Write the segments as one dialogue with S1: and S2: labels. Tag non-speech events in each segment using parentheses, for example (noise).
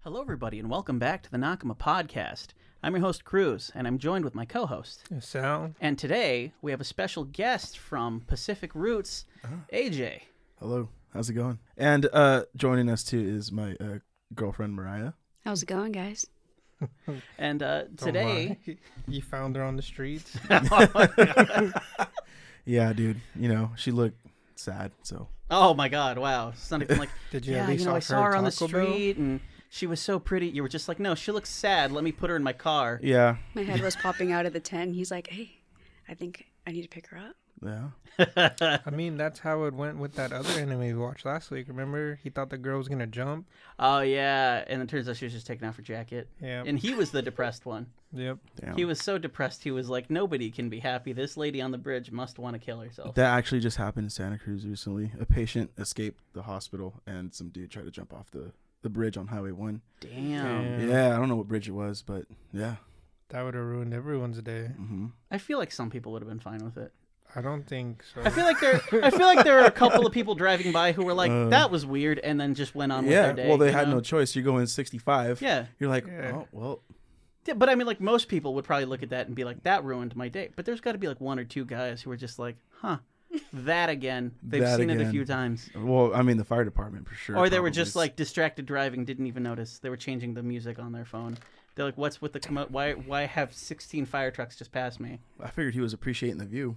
S1: Hello, everybody, and welcome back to the Nakama Podcast. I'm your host, Cruz, and I'm joined with my co host.
S2: Sound.
S1: And today, we have a special guest from Pacific Roots,
S2: Ah.
S1: AJ.
S3: Hello, how's it going? And uh, joining us too is my uh, girlfriend Mariah.
S4: How's it going, guys?
S1: And uh,
S2: Oh,
S1: today,
S2: (laughs) you found her on
S1: (laughs)
S2: the streets.
S3: Yeah, dude. You know she looked sad, so
S1: oh my god, wow. It's
S2: (laughs)
S1: not even like,
S2: Did you
S1: yeah,
S2: at least
S1: you know, I
S2: offer
S1: saw her on the
S2: Taco Bell?
S1: street and she was so pretty. You were just like, no, she looks sad. Let me put her in my car.
S3: yeah,
S4: My head was popping out of the tent. He's like, hey, I think I need to pick her up.
S3: yeah.
S2: I mean, that's how it went with that other anime we watched last week. Remember, he thought the girl was gonna jump.
S1: Oh, yeah. And it turns out she was just taking off her jacket.
S2: Yeah.
S1: And he was the depressed
S2: (laughs)
S1: one.
S2: Yep.
S3: Damn.
S1: He was so depressed, he was like, nobody can be happy. This lady on the bridge must want to kill herself.
S3: that actually just happened in Santa Cruz recently. A patient escaped the hospital, and some dude tried to jump off the the bridge on Highway One.
S1: Damn.
S2: Yeah.
S3: Yeah, I don't know what bridge it was, but yeah.
S2: That would have ruined everyone's day.
S3: hmm
S1: I feel like some people would have been fine with it.
S2: I don't think so.
S1: I feel like there, I feel like there are a couple of people driving by who were like, "That was weird," and then just went on with
S3: Uh, Yeah.
S1: their day.
S3: well, they
S1: you
S3: had
S1: know?
S3: no choice. You're going 65.
S1: Yeah.
S3: You're like,
S2: Yeah.
S3: oh well.
S1: Yeah, but I mean, like most people would probably look at that and be like, "That ruined my day." But there's got to be like one or two guys who are just like, "Huh, that
S3: (laughs)
S1: again." They've
S3: That
S1: seen it a few
S3: again.
S1: times,
S3: Well, I mean, the fire department for sure.
S1: or they were
S3: probably
S1: just
S3: s-
S1: like distracted driving, didn't even notice they were changing the music on their phone. They're like, "What's with the commo- why? Why have 16 fire trucks just passed me?"
S3: I figured he was appreciating the view.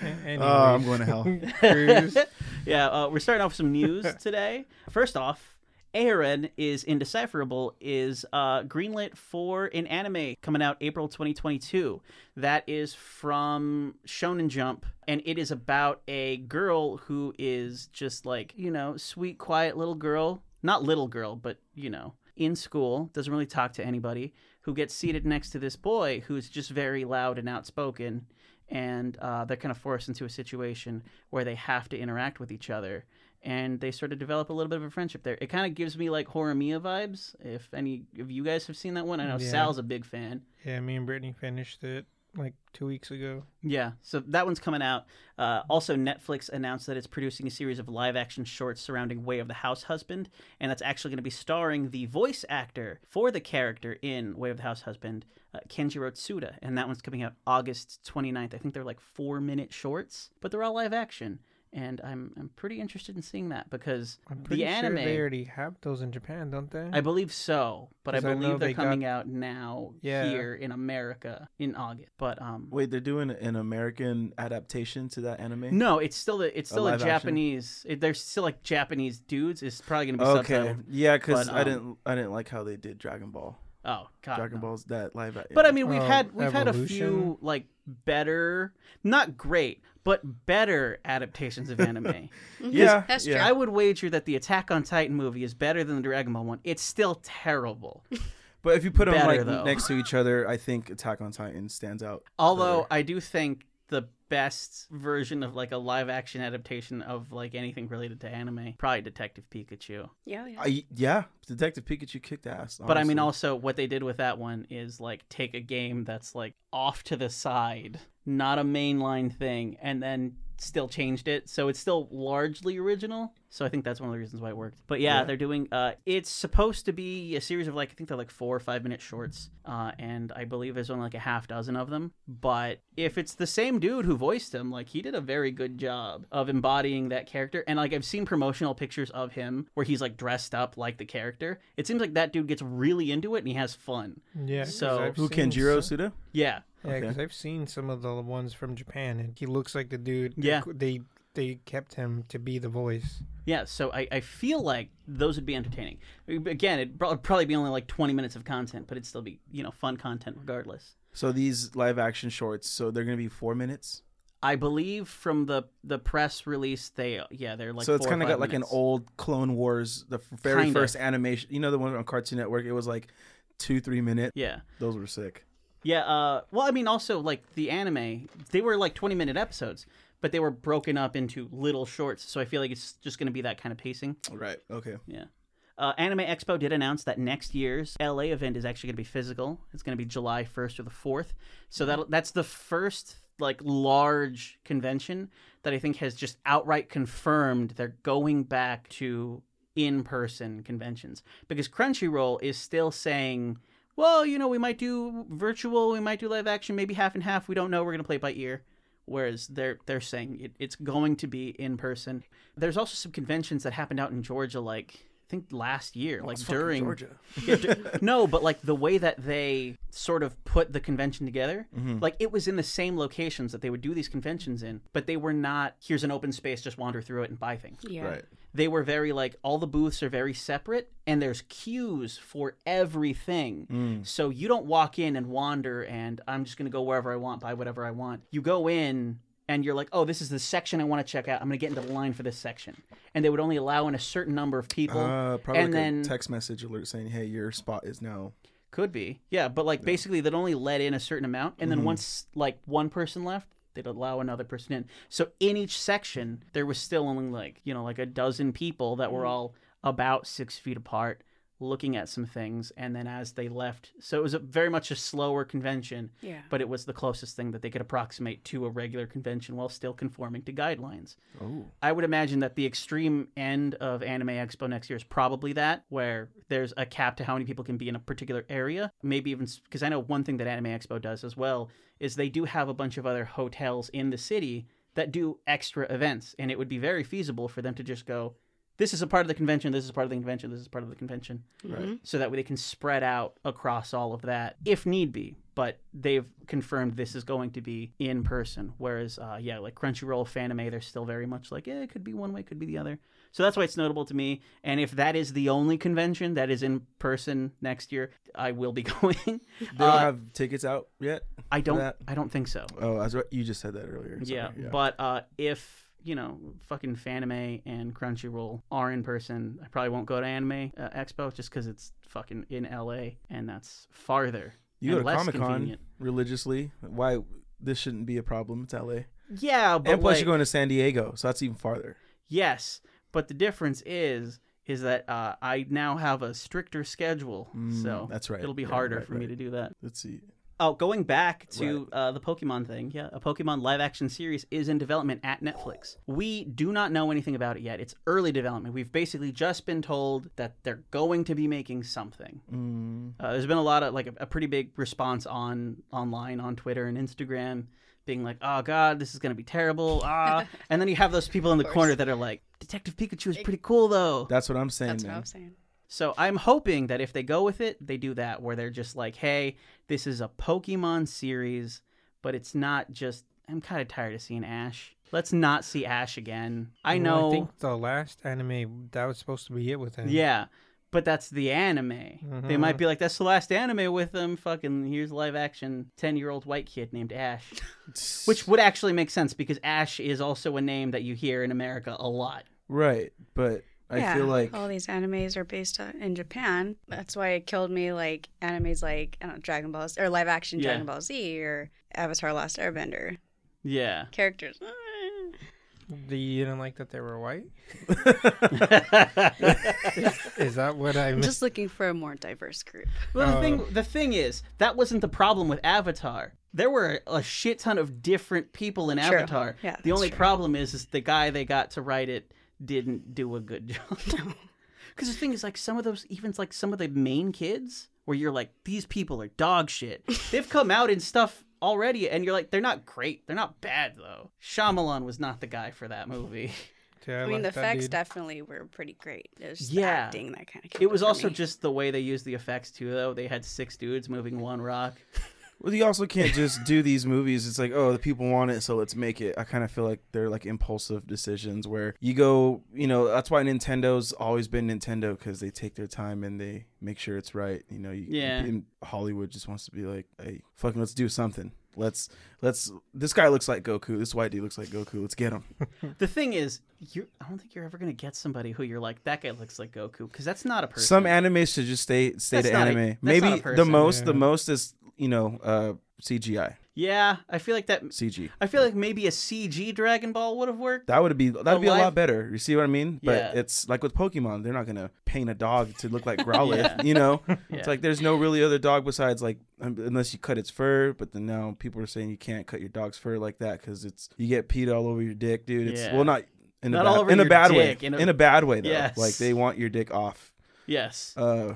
S2: Anyways,
S3: Oh, I'm going
S1: (laughs)
S3: to hell.
S2: Cruz,
S1: Yeah, uh, we're starting off with some news today. First off, Aaron is Indecipherable is uh, greenlit for an anime coming out April 2022. That is from Shonen Jump, and it is about a girl who is just like you know, sweet, quiet little girl. Not little girl, but you know, in school doesn't really talk to anybody. Who gets seated next to this boy who's just very loud and outspoken and uh, they're kind of forced into a situation where they have to interact with each other and they sort of develop a little bit of a friendship there it kind of gives me like horimiya vibes if any of you guys have seen that one i know
S2: Yeah.
S1: sal's a big fan
S2: yeah, me and Brittany finished it like two weeks ago.
S1: yeah so that one's coming out uh, also netflix announced that it's producing a series of live action shorts surrounding way of the house husband and that's actually going to be starring the voice actor for the character in way of the house husband uh, kenjiro tsuda and that one's coming out august 29th i think they're like four minute shorts but they're all live action and i'm, I'm pretty interested in seeing that because
S2: I'm pretty
S1: the
S2: sure
S1: anime
S2: they already have those in Japan, don't they?
S1: I believe so, but I
S2: 'Cause I
S1: believe
S2: know
S1: they're
S2: they got-
S1: coming out now
S2: Yeah.
S1: here in America in August. But um,
S3: Wait, they're doing an American adaptation to that anime?
S1: no, it's still a, it's still a,
S3: live action?
S1: Japanese. It, they're still like Japanese dudes. It's probably gonna be
S3: Okay.
S1: subtitled.
S3: Yeah, because
S1: But,
S3: I
S1: um,
S3: didn't I didn't like how they did Dragon Ball.
S1: Oh God,
S3: Dragon
S1: no.
S3: Ball's that live. a-
S1: But I mean, we've
S2: Oh,
S1: had we've had a few
S2: Evolution?
S1: like better, not great, but better adaptations of anime.
S3: yeah, (laughs)
S4: That's
S3: yeah.
S1: I would wager that the Attack on Titan movie is better than the Dragon Ball one. It's still terrible.
S3: (laughs) But if you put them
S1: Better,
S3: like
S1: though.
S3: next to each other, I think Attack on Titan stands out.
S1: Although
S3: better.
S1: I do think the best version of like a live action adaptation of like anything related to anime, probably Detective Pikachu.
S4: Yeah, yeah.
S3: I yeah, Detective Pikachu kicked ass.
S1: But I mean,
S3: honestly.
S1: also what they did with that one is like take a game that's like off to the side, not a mainline thing, and then still changed it. So it's still largely original. So I think that's one of the reasons why it worked. But yeah,
S3: Yeah.
S1: they're doing. Uh, it's supposed to be a series of like I think they're like four or five minute shorts, uh, and I believe there's only like a half dozen of them. But if it's the same dude who voiced him, like he did a very good job of embodying that character. And like I've seen promotional pictures of him where he's like dressed up like the character. It seems like that dude gets really into it and he has fun.
S2: yeah. 'cause
S1: So-
S2: I've
S3: who
S2: seen
S3: Kenjiro
S2: some-
S3: Suda?
S1: Yeah,
S2: Yeah,
S3: Okay.
S2: because I've seen some of the ones from Japan, and he looks like the dude. they
S1: Yeah.
S2: qu- they they kept him to be the voice.
S1: Yeah, so I, I feel like those would be entertaining. Again, it'd prob- probably be only like 20 minutes of content, but it'd still be, you know, fun content regardless.
S3: So these live action shorts, so they're gonna be four minutes.
S1: I believe from the the press release, they, yeah, they're like,
S3: so it's
S1: kind of
S3: got like an old Clone Wars, the f- very
S1: Kinda.
S3: first animation. You know the one on Cartoon Network? It was like two, three minutes.
S1: Yeah.
S3: Those were sick.
S1: Yeah, uh, well, I mean, also, like, the anime, they were like 20 minute episodes, but they were broken up into little shorts, so I feel like it's just going to be that kind of pacing.
S3: Right. Okay.
S1: Yeah. Uh, Anime Expo did announce that next year's LA event is actually going to be physical. It's going to be July 1st or the 4th. So that that's the first like large convention that I think has just outright confirmed they're going back to in person conventions because Crunchyroll is still saying, well, you know, we might do virtual, we might do live action, maybe half and half. We don't know. We're going to play it by ear. Whereas they're they're saying it, it's going to be in person. There's also some conventions that happened out in Georgia, like I think last year, like during
S3: Georgia.
S1: (laughs) yeah, d- no, but like the way that they sort of put the convention together, like it was in the same locations that they would do these conventions in, but they were not here's an open space, just wander through it and buy things.
S4: Yeah.
S3: Right.
S1: They were very like all the booths are very separate and there's queues for everything. So you don't walk in and wander and I'm just going to go wherever I want, buy whatever I want. You go in and you're like, oh, this is the section I want to check out. I'm going to get into the line for this section. And they would only allow in a certain number of people.
S3: Uh, probably
S1: and
S3: like
S1: then
S3: a text message alert saying, "Hey, your spot is now."
S1: Could be. Yeah, but like basically they'd only let in a certain amount and then once like one person left, they'd allow another person in. So in each section there was still only like, you know, like a dozen people that were all about six feet apart looking at some things and then as they left so it was a very much a slower convention
S4: Yeah.
S1: but it was the closest thing that they could approximate to a regular convention while still conforming to guidelines
S3: Oh,
S1: I would imagine that the extreme end of Anime Expo next year is probably that, where there's a cap to how many people can be in a particular area. Maybe even because I know one thing that Anime Expo does as well is they do have a bunch of other hotels in the city that do extra events, and it would be very feasible for them to just go, this is a part of the convention, this is part of the convention, this is part of the convention
S4: Mm-hmm.
S3: right.
S1: so that way they can spread out across all of that if need be. But they've confirmed this is going to be in person. Whereas, uh, yeah, like Crunchyroll, Fanime, they're still very much like, eh, it could be one way, could be the other. So that's why it's notable to me. And if that is the only convention that is in person next year, I will be (laughs) going.
S3: They don't
S1: Uh,
S3: have tickets out yet.
S1: I don't,
S3: that.
S1: I don't think so.
S3: Oh, that's right. You just said that earlier. Sorry.
S1: Yeah, but uh, if you know, fucking Fanime and Crunchyroll are in person, I probably won't go to Anime uh, Expo just because it's fucking in LA and that's farther.
S3: you go
S1: and
S3: to
S1: less
S3: Comic Con
S1: convenient.
S3: religiously. Why this shouldn't be a problem? It's LA,
S1: Yeah, but
S3: and plus
S1: like-
S3: you're going to San Diego, so that's even farther.
S1: yes, but the difference is is that uh, I now have a stricter schedule,
S3: Mm,
S1: so
S3: that's right.
S1: It'll be
S3: Right,
S1: harder
S3: right,
S1: for me
S3: right.
S1: to do that.
S3: Let's see.
S1: Oh, going back to uh, the Pokemon thing, yeah, a Pokemon live action series is in development at Netflix. We do not know anything about it yet. It's early development. We've basically just been told that they're going to be making something.
S3: Mm,
S1: Uh, there's been a lot of like a, a pretty big response on online on Twitter and Instagram, being like, "Oh God, this is gonna be terrible." Ah, and then you have those people in the
S4: course.
S1: corner that are like, "Detective Pikachu is pretty cool though."
S3: that's what I'm saying.
S4: That's what
S3: man.
S4: I was saying.
S1: So I'm hoping that if they go with it, they do that where they're just like, "Hey, this is a Pokemon series, but it's not just." I'm kind of tired of seeing Ash. Let's not see Ash again. I
S2: Well,
S1: know.
S2: I think the last anime that was supposed to be it with him.
S1: Yeah, but that's the anime. They might be like, that's the last anime with them. Fucking here's live action ten year old white kid named Ash, which would actually make sense because Ash is also a name that you hear in America a lot.
S3: Right, but I
S4: yeah,
S3: feel like
S4: all these animes are based on, in Japan. That's why it killed me. Like animes like I don't know, Dragon Ball Z- or live action
S1: Yeah.
S4: Dragon Ball Z or Avatar: Last Airbender
S1: Yeah. (laughs)
S4: characters. uh,
S2: The, you didn't like that they were white? Is that what
S1: (laughs)
S2: I
S4: I'm
S2: missed?
S4: just looking for a more diverse group.
S1: Well, the
S2: Uh,
S1: thing the thing is that wasn't the problem with Avatar. There were a shit ton of different people in
S4: True.
S1: Avatar.
S4: Yeah,
S1: the
S4: that's
S1: only
S4: true.
S1: problem is is the guy they got to write it didn't do a good (laughs) job. Because the thing is, like some of those, even like some of the main kids, where you're like, these people are dog shit.
S4: (laughs)
S1: They've come out in stuff already, and you're like, they're not great. They're not bad though. Shyamalan was not the guy for that
S4: (laughs)
S1: movie.
S2: Yeah,
S4: I, mean, the
S2: like that
S4: effects
S2: dude.
S4: definitely were pretty great. It was just the
S1: Yeah.
S4: acting that kind of.
S1: It was also just the way they used the effects too, though. They had six dudes moving one rock.
S3: well, you also can't just do these movies. It's like, oh, the people want it, so let's make it. I kind of feel like they're like impulsive decisions where you go, you know, that's why Nintendo's always been Nintendo because they take their time and they make sure it's right. You know, you,
S1: Yeah.
S3: and Hollywood just wants to be like, hey, fucking, let's do something. Let's let's. This guy looks like Goku. This white dude looks like Goku. Let's get him.
S1: The thing is, you I don't think you're ever gonna get somebody who you're like that guy looks like Goku because that's not a person.
S3: Some anime should just stay stay
S1: That's
S3: to
S1: not a-
S3: anime.
S1: that's
S3: Maybe
S1: not a
S3: the
S1: person.
S3: most the
S2: Yeah.
S3: most is you know uh CGI
S1: yeah, I feel like that.
S3: CG.
S1: I feel like maybe a CG Dragon Ball would have worked.
S3: That would be that would be a
S1: live-
S3: lot better. You see what I mean? But
S1: Yeah.
S3: it's like with Pokemon, they're not gonna paint a dog
S1: (laughs)
S3: to look like Growlithe. You know, it's
S1: Yeah.
S3: like there's no really other dog besides like um, unless you cut its fur. But then now people are saying you can't cut your dog's fur like that because it's you get PETA all over your dick, dude. It's
S1: Yeah.
S3: well not in a
S1: Not
S3: bad,
S1: all over
S3: in a
S1: your
S3: bad
S1: dick,
S3: way.
S1: in
S3: In
S1: a-
S3: a, bad way though.
S1: Yes.
S3: Like they want your dick off.
S1: Yes.
S3: (laughs)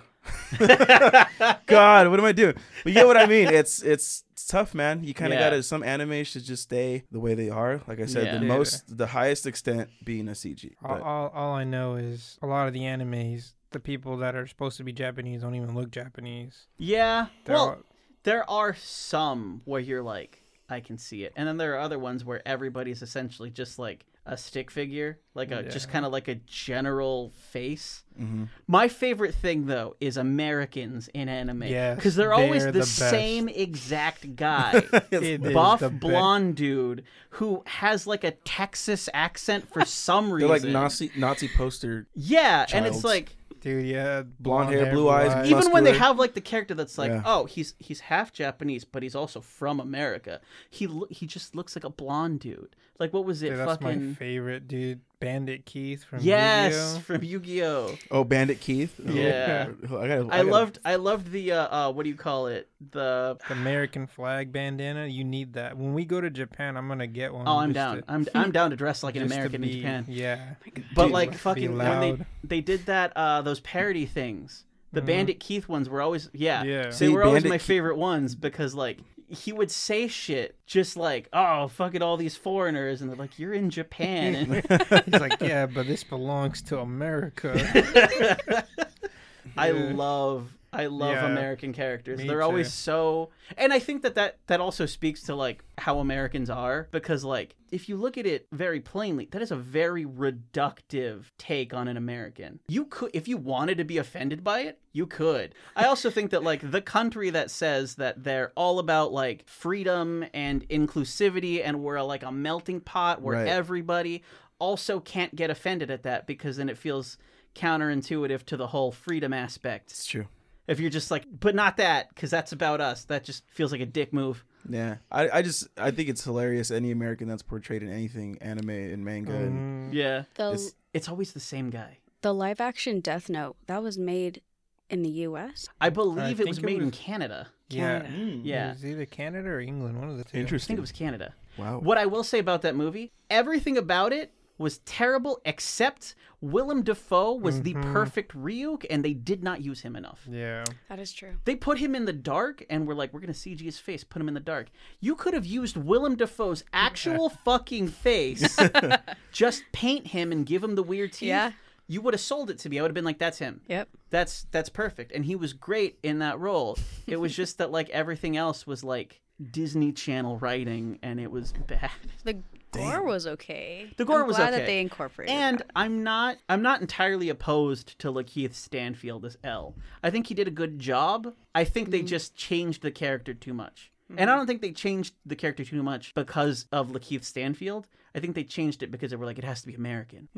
S3: Uh, God, what am I doing? But you know what I mean. It's it's, it's tough, man. You kind of
S1: Yeah.
S3: gotta. Some anime should just stay the way they are. Like I said,
S1: Yeah.
S3: the
S2: Yeah.
S3: most, the highest extent being a CG.
S2: All,
S3: But
S2: all, all I know is a lot of the animes, the people that are supposed to be Japanese don't even look Japanese.
S1: yeah.
S2: They're
S1: well,
S2: all-
S1: there are some where you're like, I can see it, and then there are other ones where everybody's essentially just like a stick figure, like a just
S2: Yeah.
S1: kind of like a general face.
S3: mhm.
S1: My favorite thing though is Americans in anime
S2: Yes,
S1: because they're always
S2: they're
S1: the,
S2: the best.
S1: same exact guy.
S2: It is
S1: Buff
S2: the be-
S1: blonde dude who has like a Texas accent
S2: (laughs)
S1: for some
S3: they're
S1: reason.
S3: like Nazi Nazi poster.
S1: yeah, and it's
S3: childs.
S1: like
S2: Dude, yeah. Blonde,
S3: hair, blue eyes,
S1: even when they
S3: muscular.
S1: have like the character that's like,
S3: Yeah.
S1: oh, he's he's half Japanese, but he's also from America. He lo- he just looks like a blonde dude. Like what was it?
S2: Dude, that's my
S1: Fucking
S2: favorite, dude. Bandit Keith from
S1: yes,
S2: Yu-Gi-Oh.
S1: from
S2: (laughs)
S1: Yu-Gi-Oh.
S3: Oh, Bandit Keith. Oh,
S1: Yeah.
S3: I, gotta,
S1: I,
S3: gotta-
S1: loved I loved the uh, uh what do you call it? The
S2: The American flag bandana, you need that. When we go to Japan, I'm gonna get one.
S1: oh, I'm
S2: just
S1: down.
S2: to-
S1: I'm I'm down to dress like an
S2: just to
S1: American
S2: be-
S1: in Japan. (laughs) Oh
S2: Yeah.
S1: But
S3: Dude,
S1: like
S2: let's be
S1: fucking when they
S2: loud.
S1: they did that uh those parody things. The
S2: Mhm.
S1: Bandit Keith ones were always yeah.
S2: Yeah.
S1: They
S3: See,
S1: were always
S3: Bandit
S1: my
S3: Keith-
S1: favorite ones because like he would say shit just like, "Oh, fuck it all these foreigners." And they're like, "You're in Japan."
S3: (laughs)
S1: And
S2: He's like, yeah, but this belongs
S1: (laughs)
S2: to America.
S1: I
S2: Yeah.
S1: love I love
S2: Yeah.
S1: American characters.
S2: Me
S1: They're always
S2: too.
S1: so and I think that, that that also speaks to like how Americans are because like if you look at it very plainly, that is a very reductive take on an American. You could if you wanted to be offended by it, you could. I also think that like the country that says that they're all about like freedom and inclusivity and we're like a melting pot where
S3: Right.
S1: everybody also can't get offended at that because then it feels counterintuitive to the whole freedom aspect.
S3: It's true.
S1: If you're just like, but not that, because that's about us. That just feels like a dick move.
S3: Yeah, I, I just I think it's hilarious. Any American that's portrayed in anything, anime and manga, and
S2: Mm,
S1: Yeah.
S4: The
S3: It's-
S1: It's always the same guy.
S4: the live action Death Note that was made in the U.S.
S1: I believe it
S2: think
S1: was
S2: it
S1: made in
S2: was-
S1: Canada.
S2: yeah.
S4: Canada.
S1: Yeah.
S2: It was either Hmm. Canada or England, one of the two.
S1: I think it was Canada.
S3: Wow.
S1: What I will say about that movie, everything about it was terrible except Willem Dafoe was the perfect Ryuk and they did not use him enough.
S2: Yeah.
S4: That is true.
S1: They put him in the dark and we're like, we're going to CG his face, put him in the dark. You could have used Willem Dafoe's actual fucking face, just paint him and give him the weird teeth.
S4: Yeah.
S1: You would have sold it to me. I would have been like, that's him.
S4: Yep.
S1: That's that's perfect. And he was great in that role. It was just that like everything else was like Disney Channel writing and it was bad.
S4: The gore was okay.
S1: The gore
S4: I'm
S1: was
S4: glad
S1: okay.
S4: that they incorporated.
S1: And
S4: that.
S1: I'm not I'm not entirely opposed to Lakeith Stanfield as L. I think he did a good job. I think they just changed the character too much. And I don't think they changed the character too much because of Lakeith Stanfield. I think they changed it because they were like it has to be American.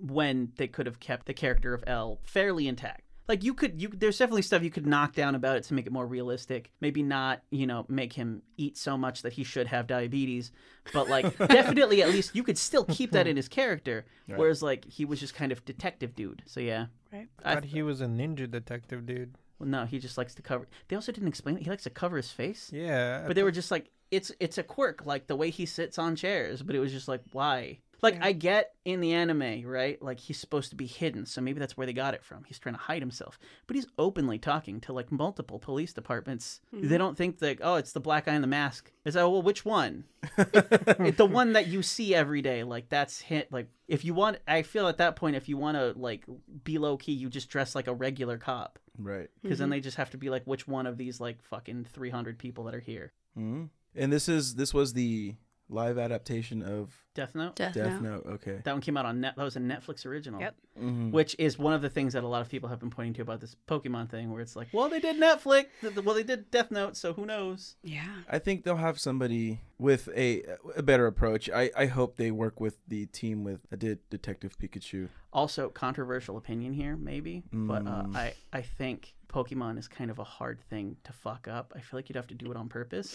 S1: When they could have kept the character of L fairly intact. Like you could you there's definitely stuff you could knock down about it to make it more realistic. Maybe not, you know, make him eat so much that he should have diabetes, but like definitely at least you could still keep that in his character whereas like he was just kind of detective dude. So yeah.
S4: Right.
S1: I-
S2: thought he was a ninja detective, dude.
S1: Well, no, he just likes to cover. They also didn't explain it. He likes to cover his face,
S2: Yeah.
S1: but they were just like, it's it's a quirk, like the way he sits on chairs. But it was just like, why? Like I get in the anime, right? Like he's supposed to be hidden, so maybe that's where they got it from. He's trying to hide himself, but he's openly talking to like multiple police departments. They don't think that oh, it's the black guy in the mask. It's like, well, which one? the one that you see every day like that's hit like if you want i feel at that point if you want to like be low key you just dress like a regular cop
S3: right.
S1: because then they just have to be like which one of these like fucking 300 people that are here
S3: hmm And this is this was the live adaptation of
S1: death note
S4: Death,
S3: Death
S4: Note.
S3: Note. Okay.
S1: that one came out on net that was a netflix original
S4: Yep.
S3: Mhm.
S1: which is one of the things that a lot of people have been pointing to about this pokemon thing where it's like well they did netflix th- th- well they did death note so who knows
S4: Yeah.
S3: I think they'll have somebody with a a better approach. I, I hope they work with the team with I did Detective Pikachu.
S1: also controversial opinion here maybe but uh, i i think pokemon is kind of a hard thing to fuck up i feel like you'd have to do it on purpose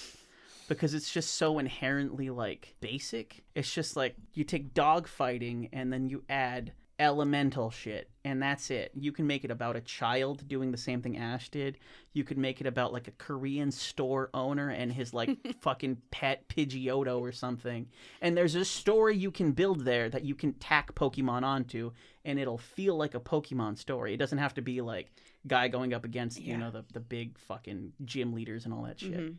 S1: because it's just so inherently like basic it's just like you take dog fighting and then you add elemental shit and that's it you can make it about a child doing the same thing ash did you could make it about like a korean store owner and his like fucking pet pidgeotto or something and there's a story you can build there that you can tack pokemon onto and it'll feel like a pokemon story it doesn't have to be like guy going up against you
S4: Yeah.
S1: know the, the big fucking gym leaders and all that shit
S4: Mhm.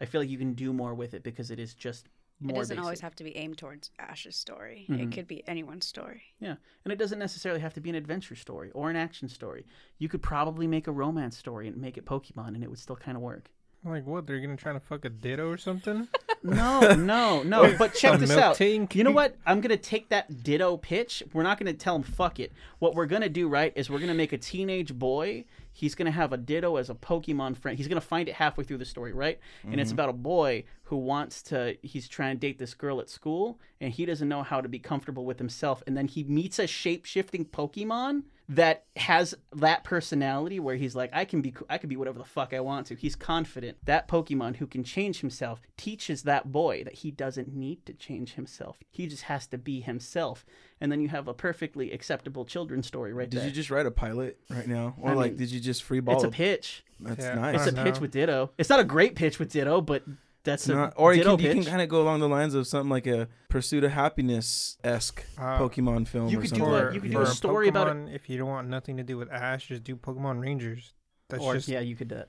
S1: i feel like you can do more with it because it is just more
S4: It doesn't
S1: basic.
S4: always have to be aimed towards Ash's story.
S1: Mhm.
S4: It could be anyone's story.
S1: Yeah, and it doesn't necessarily have to be an adventure story or an action story. You could probably make a romance story and make it Pokemon, and it would still kind of work.
S2: I'm like, what? They're gonna try to fuck a ditto or
S1: (laughs)
S2: something?
S1: No, no, no. But check
S2: A
S1: this
S2: milk
S1: out.
S2: tank.
S1: You know what? I'm gonna take that Ditto pitch. We're not gonna tell him fuck it. What we're gonna do, right, is we're gonna make a teenage boy. He's gonna have a Ditto as a Pokemon friend. He's gonna find it halfway through the story, right? And
S2: Mm-hmm.
S1: it's about a boy who wants to. He's trying to date this girl at school, and he doesn't know how to be comfortable with himself. And then he meets a shape shifting Pokemon that has that personality where he's like I can be I can be whatever the fuck I want to. He's confident. That Pokemon who can change himself teaches that boy that he doesn't need to change himself. He just has to be himself. And then you have a perfectly acceptable children's story right
S3: Did
S1: there.
S3: you just write a pilot right now, or
S1: I
S3: like
S1: mean,
S3: did you just free ball?
S1: it's a
S3: it?
S1: pitch.
S3: That's
S2: Yeah.
S3: nice.
S1: It's
S2: I
S1: a
S2: don't
S1: pitch
S2: know.
S1: with Ditto. It's not a great pitch with Ditto, but that's a
S3: Not- or you
S1: Ditto
S3: can, you can
S1: pitch.
S3: kind of go along the lines of something like a Pursuit of Happiness esque
S2: Ah.
S3: Pokemon film.
S1: Uh, You
S3: or
S1: could do
S3: something.
S1: a- you could do a
S2: for
S1: story about it.
S2: Pokemon, If you don't want nothing to do with Ash, just do Pokemon Rangers. That's
S1: or
S2: just
S1: yeah, you could do that.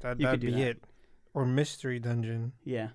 S2: that,
S1: you could
S2: that'd
S1: do
S2: be
S1: that.
S2: it. Or Mystery Dungeon.
S1: Yeah.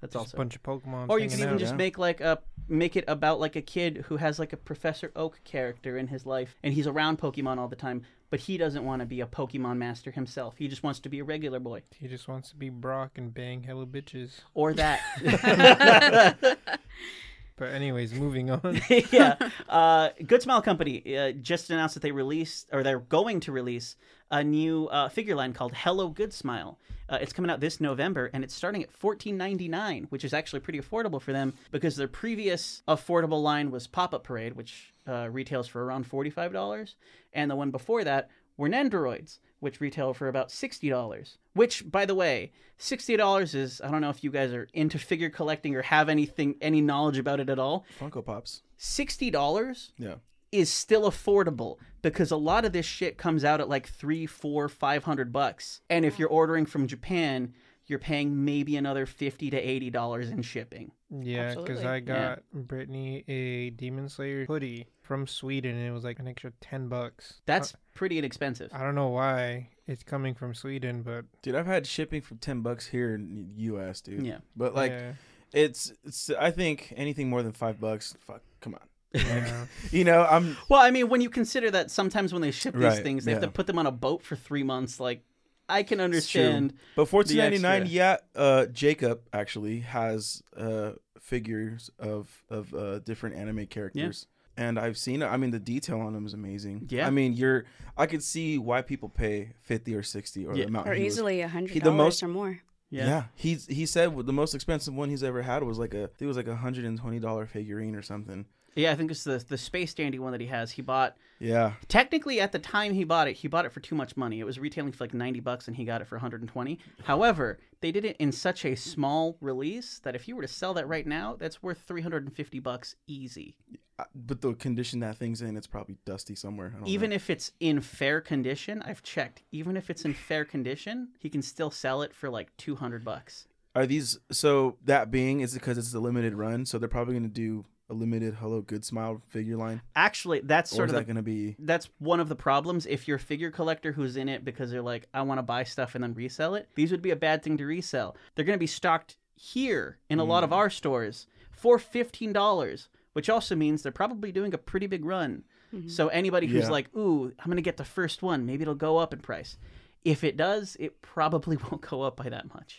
S1: That's
S2: Just
S1: also
S2: a bunch of Pokemon.
S1: or you can even
S3: out,
S1: just
S3: yeah.
S1: make like a make it about like a kid who has like a professor oak character in his life and he's around pokemon all the time but he doesn't want to be a pokemon master himself he just wants to be a regular boy
S2: He just wants to be Brock and bang hella bitches.
S1: or
S3: (laughs)
S1: that
S2: But anyways,
S1: (laughs)
S2: moving on.
S1: yeah uh, good smile company uh, just announced that they released or they're going to release a new uh, figure line called hello good smile uh, it's coming out this november and it's starting at $14.99 which is actually pretty affordable for them because their previous affordable line was pop-up parade which uh, retails for around $45 and the one before that were nendoroids which retail for about $60 which by the way $60 is i don't know if you guys are into figure collecting or have anything any knowledge about it at all
S3: Funko Pops.
S1: sixty dollars
S3: Yeah.
S1: is still affordable because a lot of this shit comes out at like three, four, five hundred bucks, and if you're ordering from Japan, you're paying maybe another fifty to eighty dollars in shipping.
S2: Yeah, because
S4: Absolutely.
S2: I got Brittany a Demon Slayer hoodie from Sweden, and it was like an extra ten bucks.
S3: Uh,
S1: That's pretty inexpensive.
S2: I don't know why it's coming from Sweden, but
S3: Dude, I've had shipping for ten bucks here in the U.S. Dude.
S1: Yeah.
S3: But like,
S2: yeah,
S3: it's it's. I think anything more than five bucks. Fuck, come on.
S2: yeah.
S3: You know, I'm.
S1: Well, I mean, when you consider that sometimes when they ship these
S3: Right,
S1: things, they have
S3: yeah.
S1: to put them on a boat for three months. Like, I can
S3: It's true.
S1: understand.
S3: But fourteen ninety nine.
S1: extra.
S3: Yeah. Uh, Jacob actually has uh figures of of uh different anime characters. And I've seen it. I mean, the detail on them is amazing.
S1: Yeah.
S3: I mean, you're. I could see why people pay fifty or sixty or
S1: Yeah.
S3: the amount
S4: Or
S3: Oh, he was
S4: easily a hundred
S3: the most-
S4: dollars or more.
S1: Yeah.
S3: Yeah. he's he said the most expensive one he's ever had was like a I think it was like a hundred and twenty dollar figurine or something.
S1: Yeah, I think it's the the space dandy one that he has. He bought
S3: Yeah,
S1: Technically, at the time he bought it, he bought it for too much money. It was retailing for like 90 bucks and he got it for 120. However, they did it in such a small release that if you were to sell that right now, that's worth 350 bucks easy.
S3: I- but the condition that thing's in, it's probably dusty somewhere. I don't
S1: Even
S3: know.
S1: if it's in fair condition, I've checked, even if it's in fair condition, he can still sell it for like 200 bucks.
S3: are these so that being is because it's a limited run, so they're probably gonna do a limited Hello Good Smile figure line,
S1: Actually, that's
S3: or
S1: sort
S3: is
S1: of the
S3: that gonna be?
S1: that's one of the problems if you're a figure collector who's in it because they're like i want to buy stuff and then resell it these would be a bad thing to resell they're going to be stocked here in a
S3: Mm.
S1: lot of our stores for $15 which also means they're probably doing a pretty big run
S4: Mm-hmm.
S1: so anybody who's
S3: Mm. Yeah.
S1: like ooh i'm going to get the first one maybe it'll go up in price if it does it probably (laughs) won't go up by that much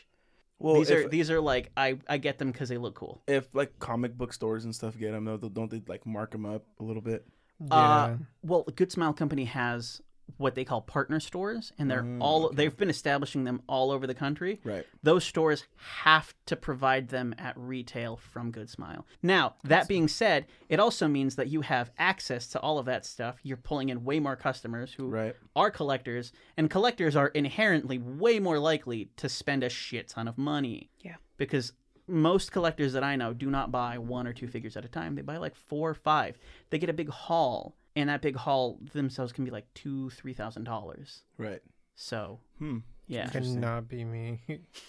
S3: Well,
S1: these
S3: if,
S1: are these are like i, I get them because they look cool
S3: if like comic book stores and stuff get them, though, don't they like mark them up a little bit?
S1: Uh, well, Good Smile Company has what they call partner stores, and they're all they've been establishing them all over the country.
S3: Right.
S1: Those stores have to provide them at retail from Good Smile. Now, that being said, it also means that you have access to all of that stuff. You're pulling in way more customers who
S3: Right.
S1: are collectors, and collectors are inherently way more likely to spend a shit ton of money.
S4: Yeah.
S1: Because most collectors that I know do not buy one or two figures at a time. They buy like four or five. They get a big haul and that big haul themselves can be like two, three thousand dollars.
S3: Right.
S1: So
S3: Hmm.
S1: yeah,
S2: Cannot be me.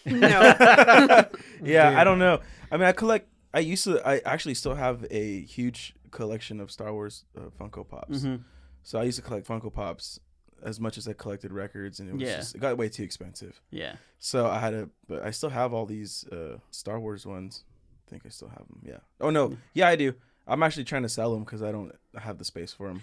S4: No.
S3: (laughs) yeah, I
S2: Dude.
S3: don't know. I mean, I collect. I used to. I actually still have a huge collection of Star Wars uh, Funko Pops.
S1: hmm
S3: So I used to collect Funko Pops as much as I collected records, and it was
S1: Yeah.
S3: just it got way too expensive.
S1: yeah.
S3: So I had to, but I still have all these uh, Star Wars ones. I think I still have them. Yeah. Oh
S1: Mm.
S3: no. Yeah, I do. I'm actually trying to sell them because I don't have the space for them.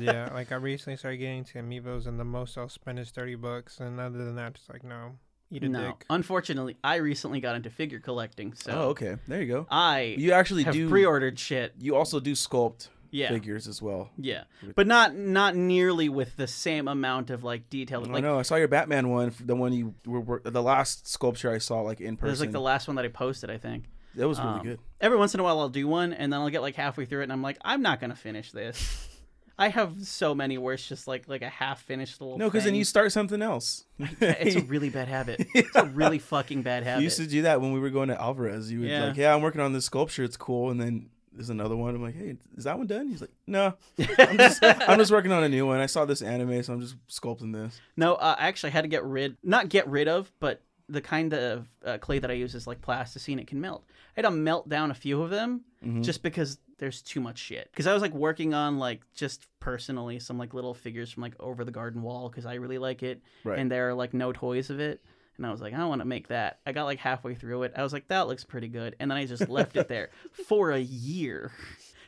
S2: yeah, like I recently started getting to amiibos, and the most I'll spend is thirty bucks, and other than that, just like no, eat a
S1: no,
S2: dick.
S1: unfortunately, I recently got into figure collecting, (laughs) so
S3: oh, okay. There you go.
S1: I
S3: You actually
S1: have
S3: do.
S1: pre-ordered shit.
S3: you also do sculpt
S1: Yeah,
S3: figures as well.
S1: yeah, but not not nearly with the same amount of like detail.
S3: I
S1: Like
S3: know. I saw your Batman one, the one you were, were the last sculpture I saw like in
S1: it was
S3: person.
S1: like the last one that I posted, I think.
S3: that was really
S1: Um,
S3: good.
S1: Every once in a while, I'll do one, and then I'll get like halfway through it, and I'm like, I'm not gonna finish this.
S3: (laughs)
S1: I have so many where it's just like like a half finished little.
S3: No, because then
S1: thing.
S3: you (laughs) start something else.
S1: (laughs) it's
S3: (laughs)
S1: a really bad habit. It's a really fucking bad habit.
S3: You used to do that when we were going to Alvarez. You would
S1: Yeah.
S3: like, yeah, I'm working on this sculpture. It's cool. And then there's another one. I'm like, hey, is that one done? He's like, no,
S1: (laughs)
S3: I'm just, I'm just working on a new one. I saw this anime, so I'm just sculpting this.
S1: No, uh, I actually had to get rid, not get rid of, but the kind of uh, clay that I use is like plasticine. It can melt. I had to melt down a few of them
S3: Mm-hmm.
S1: just because there's too much shit. Because I was like working on like just personally some like little figures from like over the garden wall because I really like it.
S3: Right.
S1: And there are like no toys of it. And I was like, I don't want to make that. I got like halfway through it. I was like, that looks pretty good. And then I just left it
S3: (laughs)
S1: there for a year.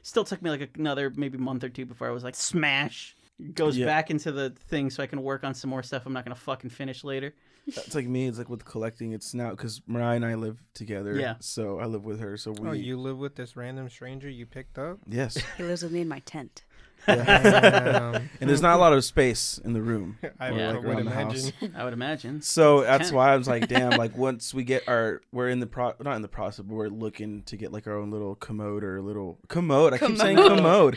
S1: Still took me like another maybe month or two before I was like, smash goes
S3: Yeah.
S1: back into the thing so I can work on some more stuff I'm not gonna fucking finish later.
S3: It's like me. It's like with collecting. It's now because Mariah and I live together.
S1: Yeah.
S3: So I live with her. So we.
S2: Oh, you live with this random stranger you picked up?
S1: (laughs)
S3: Yes.
S4: he lives with me in my tent.
S2: (laughs) Damn.
S3: And (laughs) there's not a lot of space in the room.
S2: (laughs) I
S1: Yeah.
S2: would
S3: Around the
S2: imagine.
S1: I would
S3: (laughs)
S1: imagine.
S3: So that's
S1: Ten.
S3: why I was like, damn, like once we get our, we're in the pro, not in the process, but we're looking to get like our own little commode or little commode. I keep saying
S4: Commode.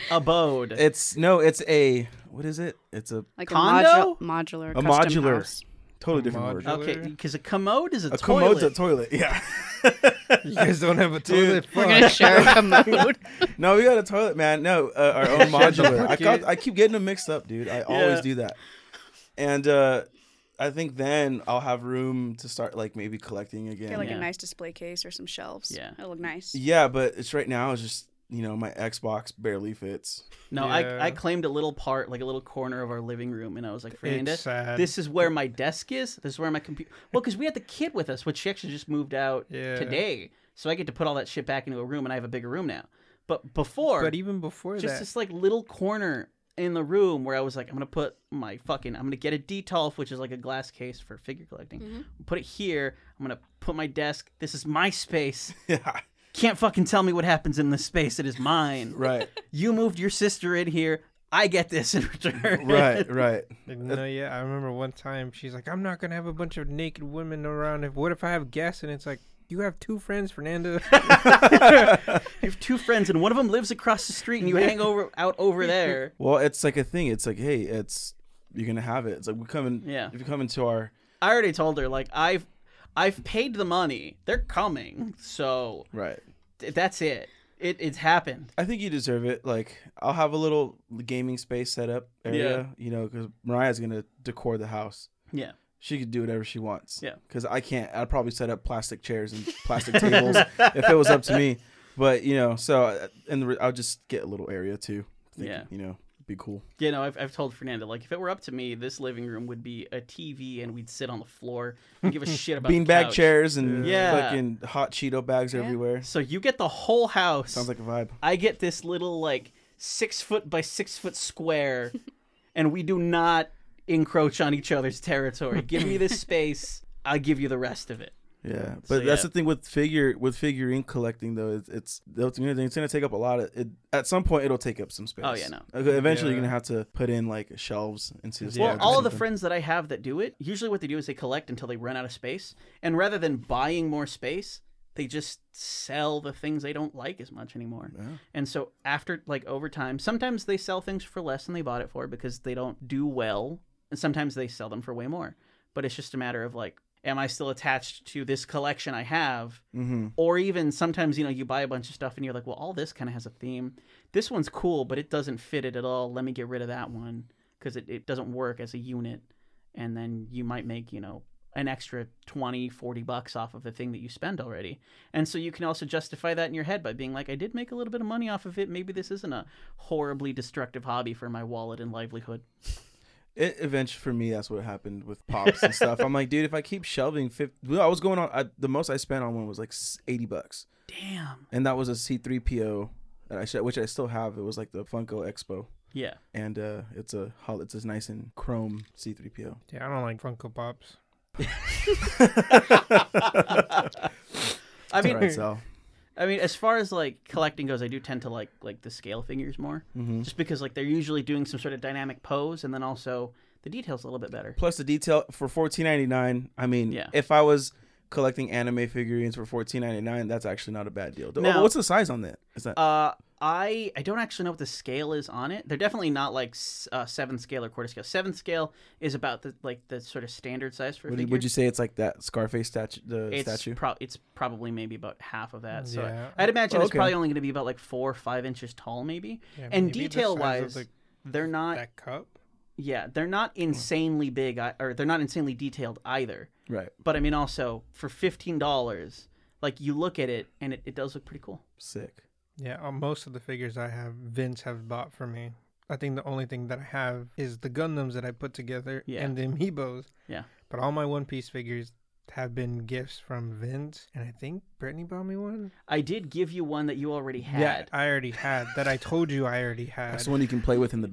S3: commode.
S1: Abode.
S3: It's no, it's a what is it? It's a
S4: Like
S1: Condo?
S4: a modu- modular.
S3: A
S4: custom
S3: modular.
S4: house.
S3: totally
S2: A
S3: different word.
S2: modular-
S1: okay, because a commode is a,
S3: A
S1: toilet.
S3: commode's a toilet. (laughs) Yeah.
S2: (laughs) You guys don't have a
S3: Dude.
S2: toilet.
S4: We're
S2: fuck.
S4: gonna share (laughs) a commode.
S3: no, we got a toilet, man. No, uh, our own modular. I, got,
S2: bucket.
S3: I keep getting them mixed up, dude. I always
S1: Yeah.
S3: do that. And uh, I think then I'll have room to start like maybe collecting again.
S4: Get like
S1: Yeah.
S4: a nice display case or some shelves.
S1: Yeah.
S4: it'll look nice.
S3: yeah, but it's right now. It's just you know my Xbox barely fits. (laughs)
S1: no,
S2: Yeah.
S1: I I claimed a little part, like a little corner of our living room, and I was like, Fernanda,
S2: It's sad.
S1: this is where my desk is. This is where my computer. Well, because we had the kid with us, which she actually just moved out
S2: Yeah.
S1: today, so I get to put all that shit back into a room, and I have a bigger room now. But before,
S2: but even before
S1: just
S2: that,
S1: this like little corner in the room where I was like, I'm gonna put my fucking, I'm gonna get a Detolf, which is like a glass case for figure collecting. Put it here. I'm gonna put my desk. This is my space.
S3: Yeah.
S1: Can't fucking tell me what happens in this space. It is mine.
S3: Right.
S1: You moved your sister in here. I get this in return. (laughs)
S3: Right. Right.
S2: no, yeah, I remember one time she's like, "I'm not gonna have a bunch of naked women around. If what if I have guests?" And it's like, "You have two friends, Fernanda."
S1: You have two friends, and one of them lives across the street, and you hang over out over there.
S3: Well, it's like a thing. It's like, hey, it's you're gonna have it. It's like we come in.
S1: Yeah.
S3: If you come into our
S1: I already told her like I've, I've paid the money. They're coming. So
S3: right.
S1: th- that's it. It it's happened.
S3: I think you deserve it. Like, I'll have a little gaming space set up area, you know, because Mariah's gonna decor the house.
S1: Yeah.
S3: She could do whatever she wants.
S1: Yeah.
S3: Because I can't. I'd probably set up plastic chairs and
S1: (laughs)
S3: plastic tables if it was up to me. But you know, so uh, and the re- I'll just get a little area too. Think,
S1: Yeah.
S3: You know, be cool.
S1: You know, I've, I've told Fernanda, like, if it were up to me, this living room would be a TV and we'd sit on the floor and give a shit about the
S3: Beanbag
S1: couch.
S3: chairs and
S1: Yeah.
S3: fucking hot Cheeto bags everywhere.
S1: So you get the whole house.
S3: Sounds like a vibe.
S1: I get this little, like, six foot by six foot square, and we do not encroach on each other's territory. Give me this space, I'll give you the rest of it.
S3: Yeah, but
S1: So, yeah.
S3: that's the thing with figure with figurine collecting though. It's it's that's the other thing. It's gonna take up a lot of. It, at some point, it'll take up some space.
S1: Oh, yeah, no.
S3: Okay, eventually, you're
S2: Yeah.
S3: gonna have to put in like shelves and see.
S1: Well, all of the friends that I have that do it, usually what they do is they collect until they run out of space. And rather than buying more space, they just sell the things they don't like as much anymore. And so after like over time, sometimes they sell things for less than they bought it for because they don't do well, and sometimes they sell them for way more. But it's just a matter of like am I still attached to this collection I have?
S3: Mm-hmm.
S1: Or even sometimes, you know, you buy a bunch of stuff and you're like, well, all this kind of has a theme. This one's cool, but it doesn't fit it at all. Let me get rid of that one because it, it doesn't work as a unit. And then you might make, you know, an extra 20, 40 bucks off of the thing that you spend already. And so you can also justify that in your head by being like, I did make a little bit of money off of it. Maybe this isn't a horribly destructive hobby for my wallet and livelihood.
S3: It eventually for me, that's what
S1: (laughs)
S3: happened with pops and stuff. I'm like, dude, if I keep shelving, 50, I was going on. I, the most I spent on one was like s- eighty bucks,
S1: Damn.
S3: and that was a C3PO that I sh- which I still have. It was like the Funko Expo,
S1: Yeah.
S3: and uh, it's a hol- it's a nice and chrome C3PO.
S2: Yeah, I don't like Funko Pops.
S1: I mean,
S3: All right, Sal.
S1: I mean, as far as like collecting goes, I do tend to like like the scale figures more,
S3: Mm-hmm.
S1: just because like they're usually doing some sort of dynamic pose, and then also the details a little bit better.
S3: Plus the detail for 14.99. I mean,
S1: Yeah.
S3: if I was collecting anime figurines for 14.99, that's actually not a bad deal.
S1: Now-
S3: What's the size on that? Is that
S1: Uh, I I don't actually know what the scale is on it. They're definitely not like s- uh, seventh scale or quarter scale. Seventh scale is about the like the sort of standard size for a
S3: would, you,
S1: figure.
S3: would you say it's like that Scarface statue? The
S1: it's
S3: statue.
S1: Pro- it's probably maybe about half of that. So
S2: Yeah.
S1: I'd imagine
S3: Oh,
S1: it's
S3: okay.
S1: probably only going to be about like four or five inches tall, maybe.
S2: Yeah,
S1: and
S2: maybe the size
S1: detail
S2: of
S1: wise,
S2: the-
S1: they're not.
S2: that cup.
S1: Yeah, they're not insanely big, I- or they're not insanely detailed either.
S3: right.
S1: But I mean, also for fifteen dollars, like you look at it and it, it does look pretty cool.
S3: Sick.
S2: Yeah, uh, most of the figures I have, Vince has bought for me. I think the only thing that I have is the Gundams that I put together
S1: Yeah.
S2: and the Amiibos.
S1: Yeah.
S2: But all my One Piece figures have been gifts from Vince, and I think Brittany bought me one.
S1: I did give you one that you already had.
S2: Yeah, I already had that. I told you I already had.
S3: That's the one you can play with in the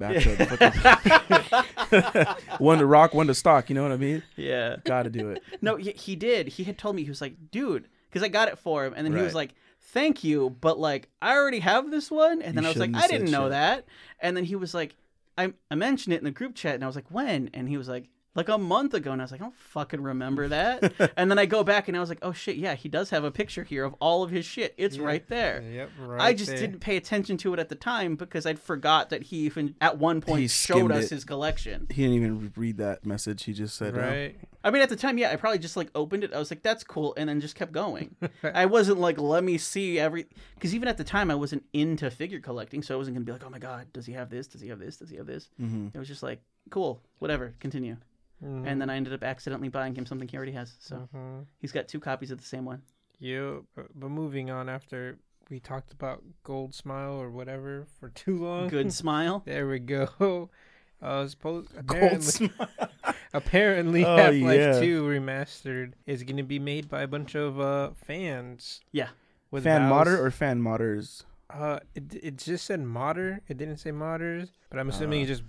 S3: bathtub. (laughs) one to rock, one to stock. You know what I mean?
S1: Yeah.
S3: Got to do it.
S1: No, he, he did. He had told me he was like, dude, because I got it for him, and then he was
S3: Right.
S1: like, thank you, but like I already have this one, and then
S3: You
S1: I was like,
S3: shouldn't
S1: I
S3: have said
S1: didn't know
S3: shit.
S1: that, and then he was like, I I mentioned it in the group chat, and I was like, when? And he was like. Like a month ago, and I was like, I don't fucking remember that.
S3: (laughs)
S1: and then I go back and I was like, oh shit, yeah, he does have a picture here of all of his shit. It's
S2: Yeah.
S1: right there.
S2: Yep, right
S1: I just
S2: there.
S1: didn't pay attention to it at the time because I'd forgot that he even at one
S3: He
S1: point showed
S3: skimmed
S1: us
S3: it.
S1: his collection.
S3: He didn't even read that message. He just said, uh,
S2: Right.
S1: I mean, at the time, yeah, I probably just like opened it. I was like, "That's cool," and then just kept going. I wasn't like, "Let me see every," because even at the time, I wasn't into figure collecting, so I wasn't gonna be like, "Oh my god, does he have this? Does he have this? Does he have this?"
S3: mhm.
S1: It was just like, "Cool, whatever, continue."
S3: Mm-hmm.
S2: Mhm.
S1: And then I ended up accidentally buying him something he already has, so
S2: Mhm.
S1: he's got two copies of the same one.
S2: Yeah, but, but moving on after we talked about Gold Smile or whatever for (laughs) too long.
S1: Good smile.
S2: There we go. (laughs) Uh, suppose
S3: Gold
S2: apparently,
S3: smile.
S2: apparently
S3: (laughs) Oh,
S2: Half-Life
S3: yeah.
S2: 2 remastered is going to be made by a bunch of uh, fans.
S1: Yeah.
S2: With
S3: fan
S2: vows-
S3: modder or fan modders?
S2: uh, it, it just said modder. It didn't say modders, but I'm assuming
S3: Uh.
S2: it just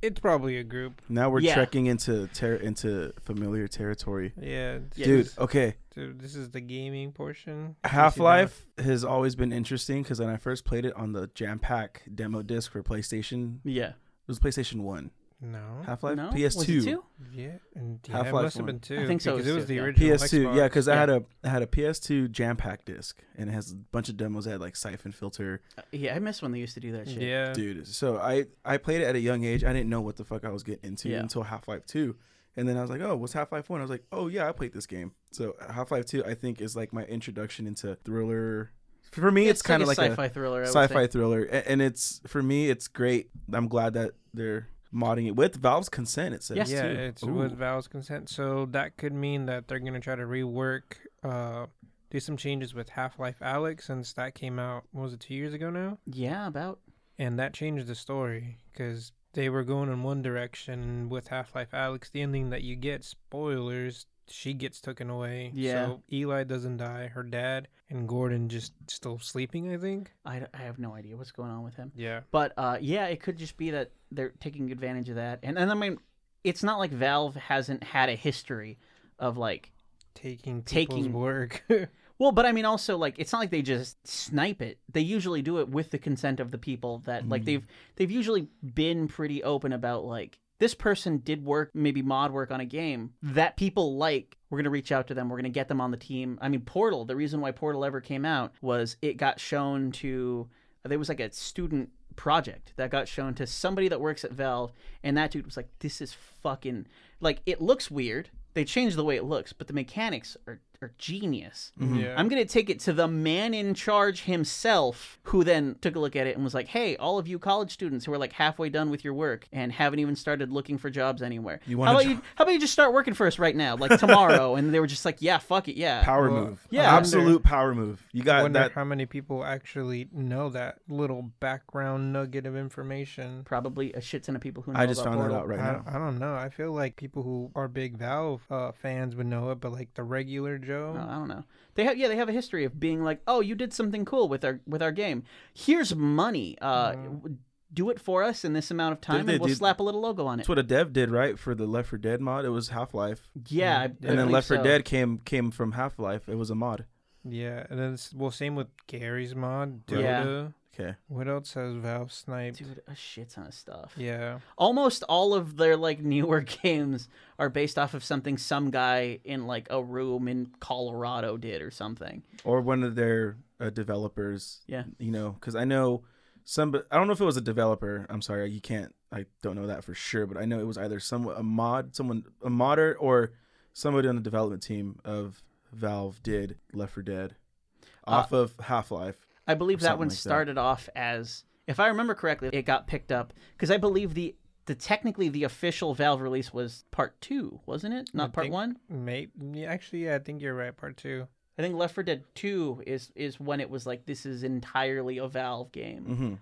S2: it's probably a group.
S3: Now we're
S1: Yeah.
S3: trekking into ter- into familiar territory.
S2: Yeah,
S1: Yeah.
S3: Dude,
S1: Yes.
S3: okay.
S2: dude, this is the gaming portion. Let me see
S3: Half Life has always been interesting because when I first played it on the Jam Pack demo disc for PlayStation, it
S1: Yeah.
S3: was PlayStation 1.
S2: that one. No.
S3: Half Life?
S1: Hmm? No?
S3: PS2.
S1: Was it two?
S2: Yeah, and yeah, it
S3: Half-Life
S2: must have
S3: one.
S2: been two.
S1: think so,
S2: Because
S1: it
S2: it
S1: was
S2: was
S1: two,
S2: the
S1: yeah.
S2: original
S3: PS2,
S2: Xbox.
S3: yeah, because I
S1: Yeah.
S3: had a I had a PS2 Jam Pack disc and it has a bunch of demos that had like Siphon Filter,
S1: Uh, Yeah, I miss when they used to do that shit.
S2: yeah.
S3: dude. So I I played it at a young age. I didn't know what the fuck I was getting into
S1: Yeah.
S3: until Half Life Two, and then I was like, oh, what's Half Life One? I was like, oh yeah, I played this game. So Half Life Two, I think, is like my introduction into thriller. For me,
S1: Yeah,
S3: it's, kind of like,
S1: a
S3: a
S1: sci-fi thriller. I would say.
S3: sci-fi thriller A- and it's for me it's great i'm glad that they're modding it with valve's consent it says
S1: Yes.
S2: yeah,
S3: too.
S2: it's
S3: Ooh.
S2: with Valve's consent. So that could mean that they're gonna try to rework, uh, do some changes with Half Life Alex since that came out. What was it two years ago now?
S1: Yeah, about.
S2: And that changed the story because they were going in one direction and with Half Life Alex. The ending that you get, spoilers, she gets taken away.
S1: Yeah.
S2: So Eli doesn't die. Her dad and Gordon just still sleeping. I think.
S1: I, I have no idea what's going on with him.
S2: Yeah.
S1: But uh, yeah, it could just be that they're taking advantage of that. And and I mean, it's not like Valve hasn't had a history of like.
S2: Taking people's
S1: Taking-
S2: work. (laughs)
S1: Well, but I mean, also like it's not like they just snipe it. They usually do it with the consent of the people that like they've they've usually been pretty open about like this person did work maybe mod work on a game that people like. We're gonna reach out to them. We're gonna get them on the team. I mean, Portal. The reason why Portal ever came out was it got shown to there was like a student project that got shown to somebody that works at Valve, and that dude was like, "This is fucking like it looks weird." They changed the way it looks, but the mechanics are, are genius.
S3: Mhm.
S2: Yeah.
S1: I'm going to take it to the man in charge himself, who then took a look at it and was like, hey, all of you college students who are like halfway done with your work and haven't even started looking for jobs anywhere.
S3: You want
S1: how
S3: a
S1: about
S3: job?"
S1: you How about you just start working for us right now, like tomorrow? and they were just like, yeah, fuck it, yeah.
S3: Power
S2: Well,
S3: move.
S1: yeah, I wonder-
S3: Absolute power move. You
S2: I
S3: got
S2: wonder
S3: that.
S2: how many people actually know that little background nugget of information.
S1: Probably a shit ton of people who know
S3: I just
S1: about
S3: found that
S1: Portal.
S3: out right
S2: I,
S3: now.
S2: I don't know. I feel like people who are big Valve uh, fans would know it, but like the regular Joe,
S1: Uh, I don't know. They have yeah, they have a history of being like, "Oh, you did something cool with our with our game. Here's money. Uh, w- do it for us in this amount of time,
S3: Mm-hmm. they
S1: and we'll
S3: do-
S1: slap a little logo on it."
S3: That's what a dev did, right? For the Left 4 Dead mod, it was Half Life,
S1: yeah, I- I
S3: and then
S1: believe
S3: Left 4
S1: so.
S3: Dead came came from Half Life. It was a mod.
S2: yeah, and then it's, well, same with Gary's mod, Dota.
S1: Yeah.
S3: Okay.
S2: What else has Valve sniped?
S1: Dude, a shit ton of stuff.
S2: Yeah,
S1: Almost all of their like newer (laughs) games are based off of something some guy in like a room in Colorado did or something.
S3: Or one of their uh, developers.
S1: Yeah.
S3: You know, because I know some. I don't know if it was a developer. I'm sorry, you can't. I don't know that for sure, but I know it was either some a mod, someone a modder, or somebody on the development team of Valve did Left 4 Dead,
S1: Uh,
S3: off of Half Life.
S1: I believe that
S3: something
S1: one
S3: like that.
S1: started off as, if I remember correctly, it got picked up because I believe the the technically the official Valve release was part two, wasn't it? Not part
S2: think-
S1: one.
S2: mate. Yeah, actually, yeah, I think you're right. Part two.
S1: I think Left 4 Dead 2 is is when it was like this is entirely a Valve game.
S3: hmm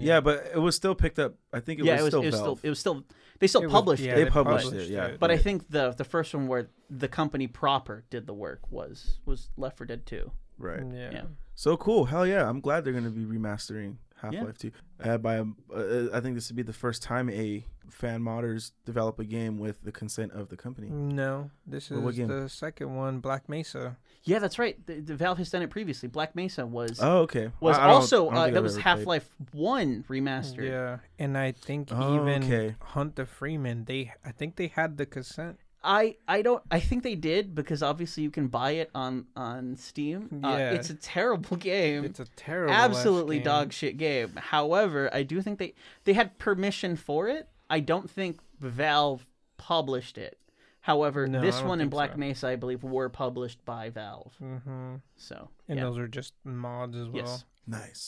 S3: Yeah. but it was still picked up. I think it
S1: yeah,
S3: was
S1: it was
S3: still
S1: it was
S3: Valve.
S1: still it was still they still
S2: It was-
S1: published
S2: yeah,
S1: it.
S3: They published it, yeah.
S1: But I
S3: Yeah.
S1: think the the first one where the company proper did the work was was Left 4 Dead 2.
S3: right.
S2: yeah.
S1: Yeah.
S3: So cool. Hell yeah. I'm glad they're going to be remastering Half
S1: Yeah.
S3: Life 2. Uh, by, um, uh, I think this would be the first time a fan modders develop a game with the consent of the company.
S2: No, this is
S3: Well, what game?
S2: the second one, Black Mesa.
S1: Yeah, that's right. The, the Valve has done it previously. Black Mesa was
S3: Oh, okay.
S1: was
S3: I- I don't-
S1: also
S3: I don't
S1: uh,
S3: think
S1: that
S3: I've
S1: was
S3: ever
S1: Half
S3: played.
S1: Life One remastered.
S2: Yeah, and I think
S3: Oh,
S2: even
S3: okay.
S2: Hunter Freeman, they I think they had the consent.
S1: I I don't I think they did because obviously you can buy it on on Steam. Uh,
S2: Yeah.
S1: it's a terrible (laughs) game.
S2: It's a terrible, ass
S1: Mm-hmm. absolutely
S2: game.
S1: dog shit game. However, I do think they they had permission for it. I don't think Valve published it. However,
S2: No, I
S1: this
S2: don't
S1: one and
S2: think
S1: Black
S2: so.
S1: Mesa, I believe, were published by Valve.
S2: Mm-hmm.
S1: So
S2: And
S1: yeah.
S2: those are just mods as well.
S1: Yes.
S3: Nice.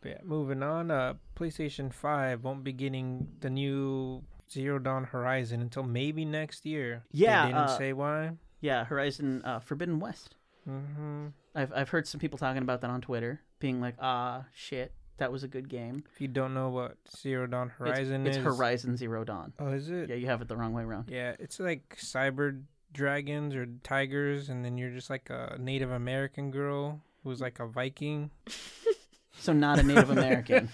S2: But yeah, moving on. Uh, PlayStation Five won't be getting the new Zero Dawn Horizon until maybe next year. They
S1: Yeah,
S2: didn't
S1: uh,
S2: say why.
S1: yeah, Horizon uh, Forbidden West.
S2: Mm-hmm.
S1: I've I've heard some people talking about that on Twitter, being like, ah, shit, that was a good game.
S2: If you don't know what Zero Dawn
S1: It's-
S2: Horizon
S1: it's,
S2: is,
S1: Horizon Zero Dawn.
S2: Oh, is it?
S1: Yeah, you have it the wrong way around.
S2: Yeah, it's like cyber dragons or tigers, and then you're just like a Native American girl who's like a Viking.
S1: So not a
S2: (laughs)
S1: Native American.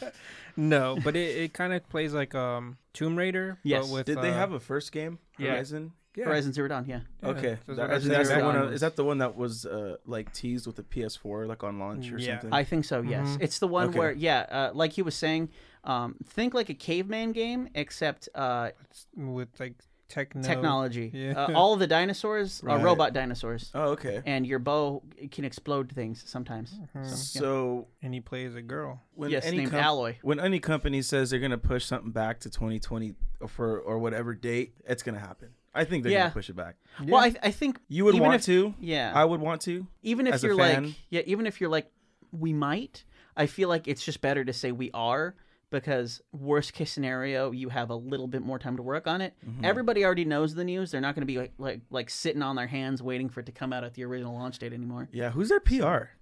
S2: No, (laughs) but it, it kind of plays like um Tomb Raider.
S1: Yes.
S2: But with,
S3: Did they
S2: uh,
S3: have a first game?
S2: yeah.
S3: Horizon?
S2: yeah,
S1: Horizon Zero Dawn, yeah.
S2: yeah,
S3: Okay.
S2: that's
S3: That-
S2: what I
S3: I
S2: said
S3: think that's the
S2: earlier.
S1: Zero
S3: one
S1: Dawn
S3: of- is that the one that was uh, like teased with the PS4 like on launch or
S2: Yeah.
S3: something?
S1: Mm, I think so. Yes,
S2: Mhm.
S1: it's the one
S3: Mm-hmm. Okay.
S1: where yeah, uh, like he was saying, um, think like a caveman game except uh,
S2: It's with like techno
S1: technology.
S2: Yeah.
S3: (laughs)
S1: Uh, all of the dinosaurs are
S3: Right.
S1: robot dinosaurs,
S3: oh, okay.
S1: and your bow can explode things sometimes.
S2: Mhm.
S3: Mm-hmm. So
S2: and he plays a girl.
S3: when
S1: yes,
S3: any
S1: named
S3: com-
S1: Alloy.
S3: when any company says they're going to push something back to 2020 or for or whatever date, it's going to happen. I think they're going
S1: Yeah.
S3: to push it back.
S1: Well, I, I think
S3: You would
S1: even
S3: want
S1: if,
S3: to.
S1: Yeah,
S3: I would want to.
S1: even if
S3: as a
S1: you're
S3: fan-
S1: like yeah, even if you're like we might. I feel like it's just better to say we are because worst case scenario you have a little bit more time to work on it
S3: Mm-hmm.
S1: everybody already knows the news they're not going to be like, like like sitting on their hands waiting for it to come out at the original launch date anymore
S3: Yeah, who's their (laughs) PR?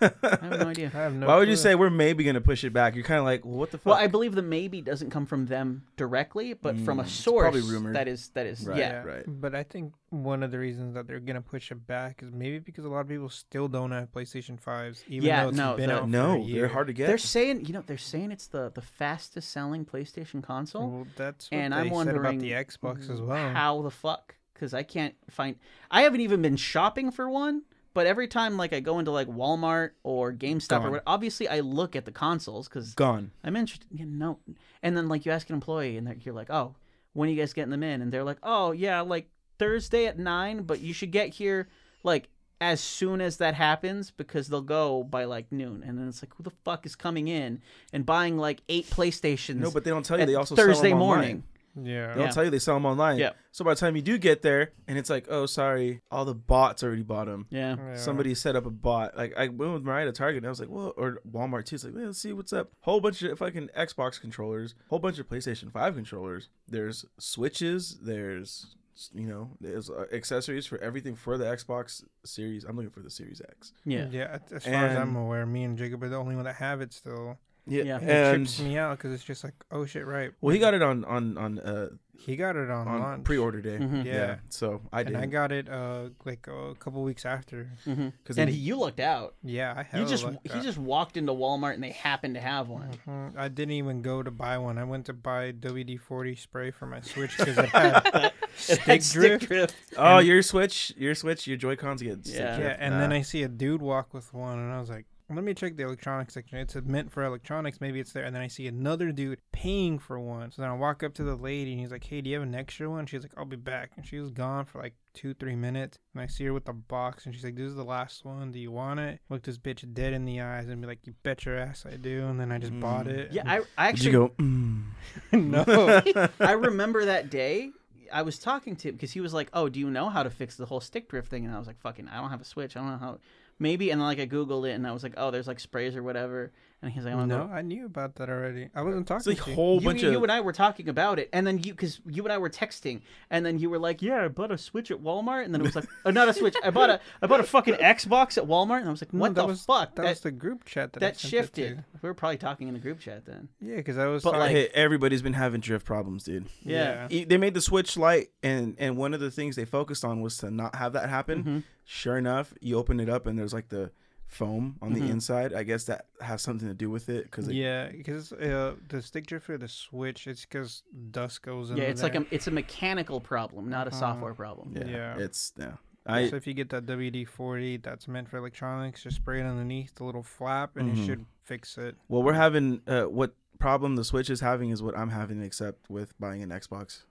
S1: i have no idea
S2: I
S3: (laughs)
S2: have no.
S3: Why would
S2: clue.
S3: you say we're maybe going to push it back? You're kind of like, well, what the fuck?
S1: Well, I believe the maybe doesn't come from them directly, but from a source
S3: Mm, probably rumored.
S1: that is that is
S3: Right.
S1: yeah.
S3: right.
S2: But I think one of the reasons that they're gonna push it back is maybe because a lot of people still don't have PlayStation fives, even
S1: Yeah,
S2: though it's
S1: no,
S2: been
S1: the-
S2: out for a
S3: no,
S2: year.
S3: they're hard to get.
S1: They're saying you know they're saying it's the the fastest selling PlayStation console.
S2: Well, that's what
S1: and
S2: they
S1: I'm wondering
S2: said about the Xbox as well.
S1: Mm, How the fuck? Because I can't find. I haven't even been shopping for one. But every time like I go into like Walmart or GameStop or
S3: Gone.
S1: what, obviously I look at the consoles because
S3: Gone.
S1: I'm interested. You know, and then like you ask an employee, and they're- you're like, "Oh, when are you guys getting them in?" And they're like, "Oh, yeah, like Thursday at nine, but you should get here like as soon as that happens because they'll go by like noon." And then it's like, "Who the fuck is coming in and buying like eight PlayStations?"
S3: No, but they don't tell you.
S1: at
S3: They also sell
S1: Thursday
S3: them online.
S1: morning.
S2: Yeah.
S3: They'll
S1: Yeah.
S3: tell you they sell them online.
S1: Yep.
S3: So by the time you do get there, and it's like, oh, sorry, all the bots already bought them.
S1: Yeah.
S2: Yeah.
S3: Somebody set up a bot. Like I went with Mariah to Target, and I was like, "Well," or Walmart too. It's like, "Let's see what's up." Whole bunch of fucking Xbox controllers, whole bunch of PlayStation Five controllers. There's switches. There's you know, there's uh, accessories for everything for the Xbox Series. I'm looking for the Series X.
S1: Yeah.
S2: as far as I'm
S3: And-
S2: aware, me and Jacob are the only one that have it still.
S1: Yeah.
S2: And, it trips
S3: And
S2: me out because it's just like, oh shit, right.
S3: well, he got it on on on uh
S2: He got it on,
S3: on
S2: launch. Mm-hmm.
S3: pre-order day.
S1: Mhm.
S3: Yeah.
S2: Yeah.
S3: So I
S2: and I
S3: did
S2: got it uh like a couple weeks after.
S1: Mhm.
S3: because
S1: And you looked out.
S2: Yeah, I had.
S1: You just he just walked into Walmart and they happened to have one.
S2: Mhm. I didn't even go to buy one. I went to buy WD forty spray for my Switch because it had (laughs)
S1: Stick
S2: stick drift.
S1: drift.
S3: oh your Switch, your Switch, your Joy Cons get stick
S1: Yeah.
S2: Yeah,
S3: drift.
S2: and
S3: Nah.
S2: then I see a dude walk with one, and I was like, let me check the electronics section. It's meant for electronics. Maybe it's there. And then I see another dude paying for one. So then I walk up to the lady, and he's like, hey, do you have an extra one? She's like, I'll be back. And she was gone for like two, three minutes. And I see her with the box, and she's like, this is the last one. Do you want it? Look this bitch dead in the eyes and be like, you bet your ass I do. And then I just bought it. (laughs)
S1: Yeah, I, I
S3: Did
S1: actually
S3: you go? Mm.
S1: (laughs)
S2: no. (laughs)
S1: I remember that day. I was talking to him because he was like, "Oh, do you know how to fix the whole stick drift thing?" And I was like, "Fucking, I don't have a switch. I don't know how." Maybe, and then like I googled it, and I was like, "Oh, there's like sprays or whatever." And he's like, "I
S2: no,
S1: know."
S2: I knew about that already. I wasn't talking
S3: It's like
S2: to you.
S3: whole
S1: You,
S3: bunch
S1: you
S3: of
S1: and I were talking about it, and then you because you and I were texting, and then you were like, "Yeah, I bought a Switch at Walmart," and then it was like, "Oh, not a Switch. I bought a I bought a fucking Xbox at Walmart," and I was like,
S2: No,
S1: "What
S2: that
S1: the
S2: was,
S1: fuck?"
S2: That,
S1: That
S2: was the group chat that I
S1: that
S2: sent it to.
S1: shifted. We were probably talking in the group chat then.
S2: Yeah, because I was
S1: But,
S2: talking.
S1: like-
S3: Hey, everybody's been having drift problems, dude.
S1: Yeah.
S3: E- They made the Switch light, and and one of the things they focused on was to not have that happen. Sure enough, you open it up, and there's like the foam on the inside. I guess that has something to do with it because it,
S2: Yeah, because uh, the stick drift for the Switch, it's because dust goes in.
S1: Yeah, it's like a it's a mechanical problem, not a software problem.
S3: yeah,
S2: Yeah.
S3: it's yeah. I
S2: so if you get that WD forty that's meant for electronics, just spray it underneath the little flap, and
S3: Mm-hmm.
S2: it should fix it.
S3: well, we're having uh, what problem the Switch is having is what I'm having, except with buying an Xbox.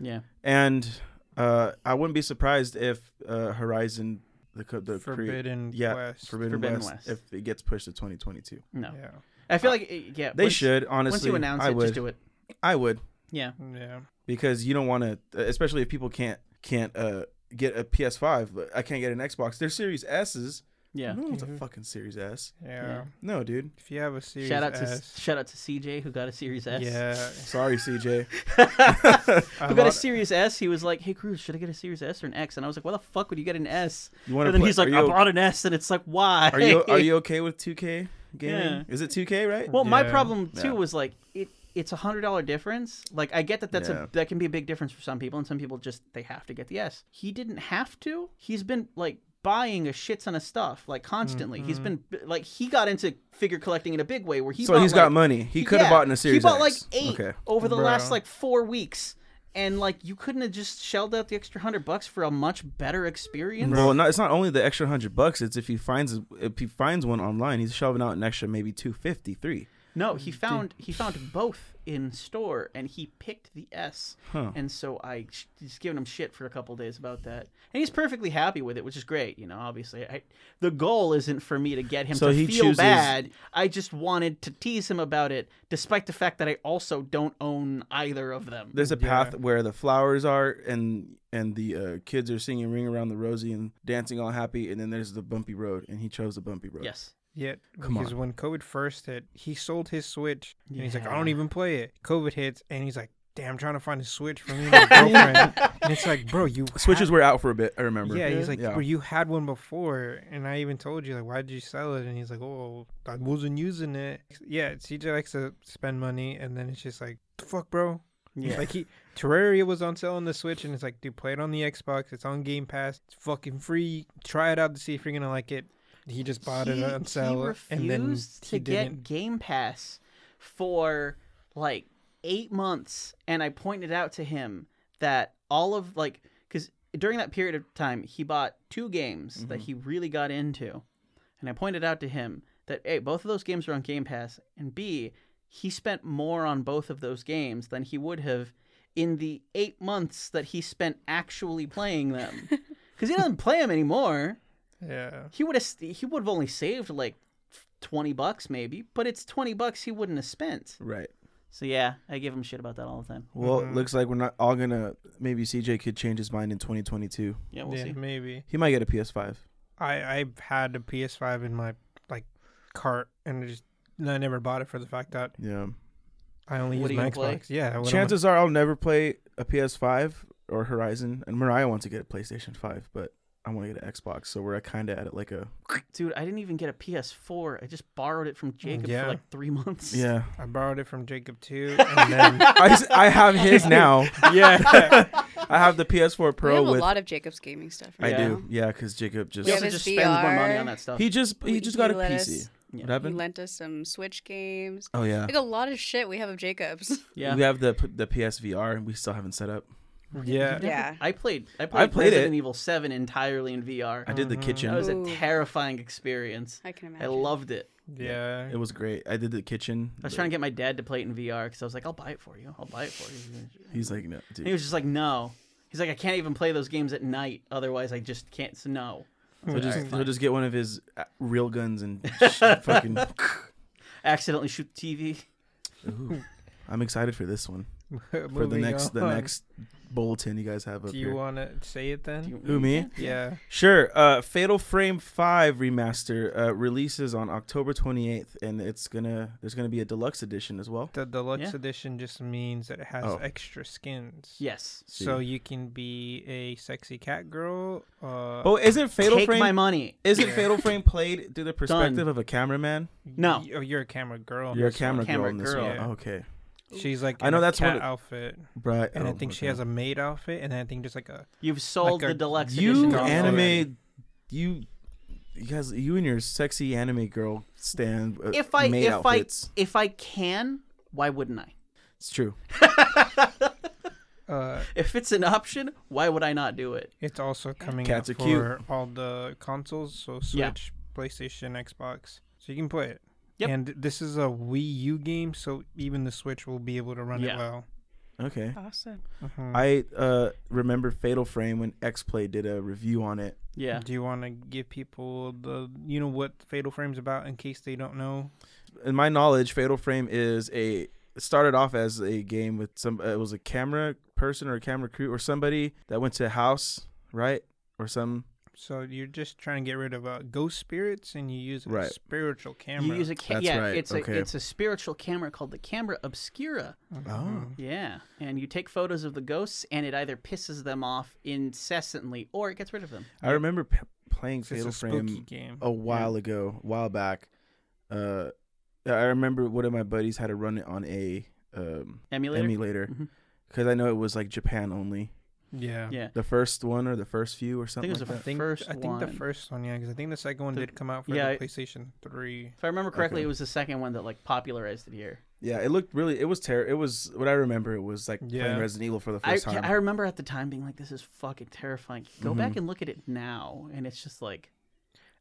S1: Yeah.
S3: And uh, I wouldn't be surprised if uh, Horizon the co- the cre-
S2: Forbidden
S3: yeah
S2: West.
S3: Forbidden,
S1: Forbidden
S3: West,
S1: West.
S3: if it gets pushed to 2022.
S1: No.
S2: Yeah,
S1: I feel like it- yeah.
S3: They
S1: once-
S3: should honestly.
S1: Once you announce
S3: I
S1: it,
S3: would.
S1: just do it.
S3: I would.
S1: Yeah.
S2: yeah.
S3: because you don't want to especially if people can't can't uh get a ps5 but i can't get an xbox they're series s's
S1: Yeah.
S3: no one's a fucking series s
S2: yeah,
S3: no dude
S2: If you have a series,
S1: Shout out to
S2: S,
S1: shout out to CJ who got a Series S. (laughs)
S2: yeah,
S3: sorry cj
S1: Who got a Series S? He was like, "Hey, Cruz, should I get a Series S or an X?" And I was like, "Why the fuck would you get an S?" (laughs)
S3: you
S1: And
S3: want
S1: then he's like,
S3: are
S1: "I
S3: you,
S1: bought an S," and it's like, "Why?"
S3: are you
S1: (laughs)
S3: are you okay with 2k gaming
S1: Yeah.
S3: is it 2k right
S1: Well, my
S2: Yeah.
S1: problem too
S3: Yeah.
S1: was like it. It's a hundred dollar difference. Like I get that that's
S3: Yeah.
S1: a that can be a big difference for some people, and some people just they have to get the S. He didn't have to. He's been like buying a shit ton of stuff like constantly. He's been like he got into figure collecting in a big way where he
S3: Mm-hmm. so
S1: bought,
S3: he's got
S1: like-
S3: money he could have
S1: Yeah,
S3: bought in a series
S1: He bought
S3: X.
S1: like eight
S3: okay
S1: over the
S2: Bro.
S1: last like four weeks, and like you couldn't have just shelled out the extra hundred bucks for a much better experience.
S3: well, not, it's not only the extra hundred bucks. It's if he finds if he finds one online, he's shoving out an extra maybe two fifty three.
S1: No, he found he found both in store, and he picked the S.
S3: Huh.
S1: And so I sh- just giving him shit for a couple days about that, and he's perfectly happy with it, which is great. You know, obviously, I, the goal isn't for me to get him
S3: So
S1: to
S3: he
S1: feel
S3: chooses-
S1: bad. I just wanted to tease him about it, despite the fact that I also don't own either of them.
S3: There's a path where the flowers are and and the uh, kids are singing "Ring Around the Rosie" and dancing all happy, and then there's the bumpy road, and he chose the bumpy road.
S1: yes,
S2: Yet,
S3: Come
S2: because
S3: on.
S2: when COVID first hit, he sold his Switch, and he's like, I don't even play it. COVID hits, and he's like, damn, I'm trying to find a Switch for me
S1: (laughs)
S2: and my girlfriend. and it's like, bro, you
S3: Switches
S2: had-
S3: were out for a bit. I remember.
S2: Yeah, he's like,
S3: Yeah.
S2: well, you had one before, and I even told you, like, why did you sell it? And he's like, oh, I wasn't using it. Yeah, CJ likes to spend money, and then it's just like, the fuck, bro.
S1: yeah.
S2: Like he Terraria was on sale on the Switch, and it's like, dude, play it on the Xbox. It's on Game Pass. It's fucking free. Try it out to see if you're gonna like it. He just bought
S1: he,
S2: it on
S1: he
S2: sale, and then
S1: refused to
S2: he
S1: get
S2: didn't.
S1: Game Pass for like eight months, and I pointed out to him that all of like because during that period of time he bought two games that
S2: Mm-hmm.
S1: he really got into, and I pointed out to him that a both of those games are on Game Pass, and b he spent more on both of those games than he would have in the eight months that he spent actually playing them. Because he doesn't play them anymore
S2: Yeah,
S1: he would have he would have only saved like 20 bucks maybe but it's 20 bucks he wouldn't have spent
S3: Right.
S1: So yeah, I give him shit about that all the time.
S3: Well,
S2: Mhm.
S3: it looks like we're not all gonna. Maybe CJ could change his mind in 2022.
S1: Yeah, we'll
S2: yeah, Mm-hmm.
S1: see.
S2: maybe.
S3: He might get a PS5.
S2: I I had a PS5 in my like cart, and I just and I never bought it for the fact that
S3: Yeah.
S2: I only
S1: What
S2: use
S1: are you
S2: my Xbox.
S1: gonna play?
S2: Yeah, what am I-
S3: Chances are I'll never play a PS5 or Horizon. And Mariah wants to get a PlayStation 5, but I want to get an Xbox. So we're kind of at it like a
S1: Dude, I didn't even get a PS4. I just borrowed it from Jacob
S2: yeah.
S1: for like three months.
S3: yeah.
S2: I borrowed it from Jacob too, and then
S3: I, s- I have his
S1: (laughs)
S3: now.
S2: yeah,
S3: I have the PS4
S4: we
S3: Pro
S4: have a
S3: with.
S4: lot of Jacob's gaming stuff.
S3: I
S4: Right now.
S3: do. Yeah, because Jacob just
S1: He
S4: Yeah,
S1: also
S4: this
S1: just spends more money
S4: VR.
S1: on that stuff.
S3: he just he
S4: We-
S3: just got
S4: he
S3: a
S4: let
S3: PC.
S4: us-
S1: Yeah.
S3: What
S4: He
S3: happened?
S4: lent us some Switch games.
S3: Oh yeah.
S4: Like a lot of shit we have of Jacob's. (laughs)
S1: yeah.
S3: We have the p- the PSVR and we still haven't set up.
S1: (laughs)
S2: yeah.
S1: You've never-
S4: Yeah.
S1: I played. I played,
S3: played
S1: Resident
S3: it.
S1: Evil Seven entirely in VR.
S3: I did
S2: Mhm.
S3: the
S1: Uh-huh. That was a
S3: kitchen.
S4: Ooh.
S1: terrifying experience.
S4: I can
S1: I
S4: imagine.
S1: loved it.
S2: yeah.
S3: It was great. I did the kitchen.
S1: I was trying to get my dad to play it in VR because I was like, "I'll buy it for you. I'll buy it for you."
S3: He's like, no, dude.
S1: And he was just like, "No." He's like, "I can't even play those games at night. Otherwise, I just can't." So no. I was
S3: He'll
S1: like,
S3: just,
S1: "Alright,
S3: he'll
S1: fine."
S3: just get one of his uh, real
S1: (laughs)
S3: guns and sh- fucking.
S1: accidentally shoot the TV.
S3: Ooh. (laughs) I'm excited for this one.
S2: (laughs)
S3: For the
S2: Moving
S3: next the
S2: on.
S3: next bulletin you guys have up
S2: Do you
S3: here.
S2: want to say it then?
S1: Do you-
S3: Hmm? Who me?
S2: yeah.
S3: Sure. Uh, Fatal Frame Five remaster uh, releases on October 28th, and it's gonna there's gonna be a deluxe edition as well.
S2: The deluxe
S1: Yeah.
S2: edition just means that it has
S3: Oh.
S2: extra skins.
S1: Yes.
S2: So you can be a sexy cat girl. Uh,
S3: Oh, isn't Fatal
S1: Take
S3: Frame
S1: my money.
S3: (laughs) isn't
S2: Yeah.
S3: Fatal Frame played through the perspective of a cameraman?
S1: No.
S2: y- oh, you're a camera girl. in
S3: You're a
S2: this one.
S3: camera,
S1: Camera
S3: girl in this
S1: girl.
S3: one.
S2: Yeah.
S3: Okay,
S2: She's like
S3: I
S2: in
S3: know
S2: a
S3: that's
S2: cat
S3: what it-
S2: outfit,
S3: right.
S2: and I
S3: oh,
S2: think she
S3: okay.
S2: has a maid outfit, and I think just like a
S1: You've sold
S2: Like a-
S1: the deluxe edition.
S3: you
S1: of
S2: gone
S3: anime.
S2: already.
S3: You. You guys, you and your sexy anime girl stand. Uh,
S1: If I
S3: maid
S1: if
S3: outfits.
S1: I if I can, why wouldn't I?
S3: it's true.
S2: uh,
S1: If it's an option, why would I not do it?
S2: It's also coming
S3: Cats
S2: out
S3: are cute.
S2: for all the consoles, so
S1: Yeah.
S2: Switch, PlayStation, Xbox, so you can play it.
S1: Yep.
S2: And this is a Wii U game, so even the Switch will be able to run
S1: Yeah.
S2: it well.
S3: Okay.
S4: Awesome.
S2: Mhm.
S3: I uh, remember Fatal Frame when X Play did a review on it.
S1: Yeah.
S2: Do you want to give people the you know what Fatal Frame's about in case they don't know?
S3: In my knowledge, Fatal Frame is a it started off as a game with some. uh, It was a camera person or a camera crew or somebody that went to a house, right? Or some
S2: So you're just trying to get rid of uh, ghost spirits, and you use a
S3: Right.
S2: spiritual camera.
S1: You use a ca-
S3: That's
S1: yeah,
S3: right,
S1: it's
S3: okay.
S1: a it's a spiritual camera called the camera obscura.
S2: Mhm.
S1: Yeah, and you take photos of the ghosts, and it either pisses them off incessantly or it gets rid of them.
S3: I remember p- playing
S2: It's just
S3: Fatal
S2: a spooky
S3: Frame Oh.
S2: game.
S3: a while ago, a while back. Uh, I remember one of my buddies had to run it on a um,
S1: Emulator.
S3: emulator
S2: Mm-hmm.
S1: Mhm.
S3: because I know it was like Japan only.
S2: Yeah.
S1: Yeah.
S3: The first one or the first few or something.
S1: was
S3: like
S1: the
S2: I
S3: that.
S2: think
S1: first
S2: I think the
S1: one.
S2: first one, yeah, because I think the second one
S1: The-
S2: did come out for
S1: yeah,
S2: the
S1: it-
S2: PlayStation Three.
S1: If I remember correctly,
S3: Okay.
S1: it was the second one that like popularized it here.
S3: Yeah, it looked really. It was terrible. It was what I remember. It was like
S2: Yeah.
S3: playing Resident Evil for the
S1: I,
S3: first time.
S1: I remember at the time being like, "This is fucking terrifying." Go back
S3: Mhm.
S1: and look at it now, and it's just like,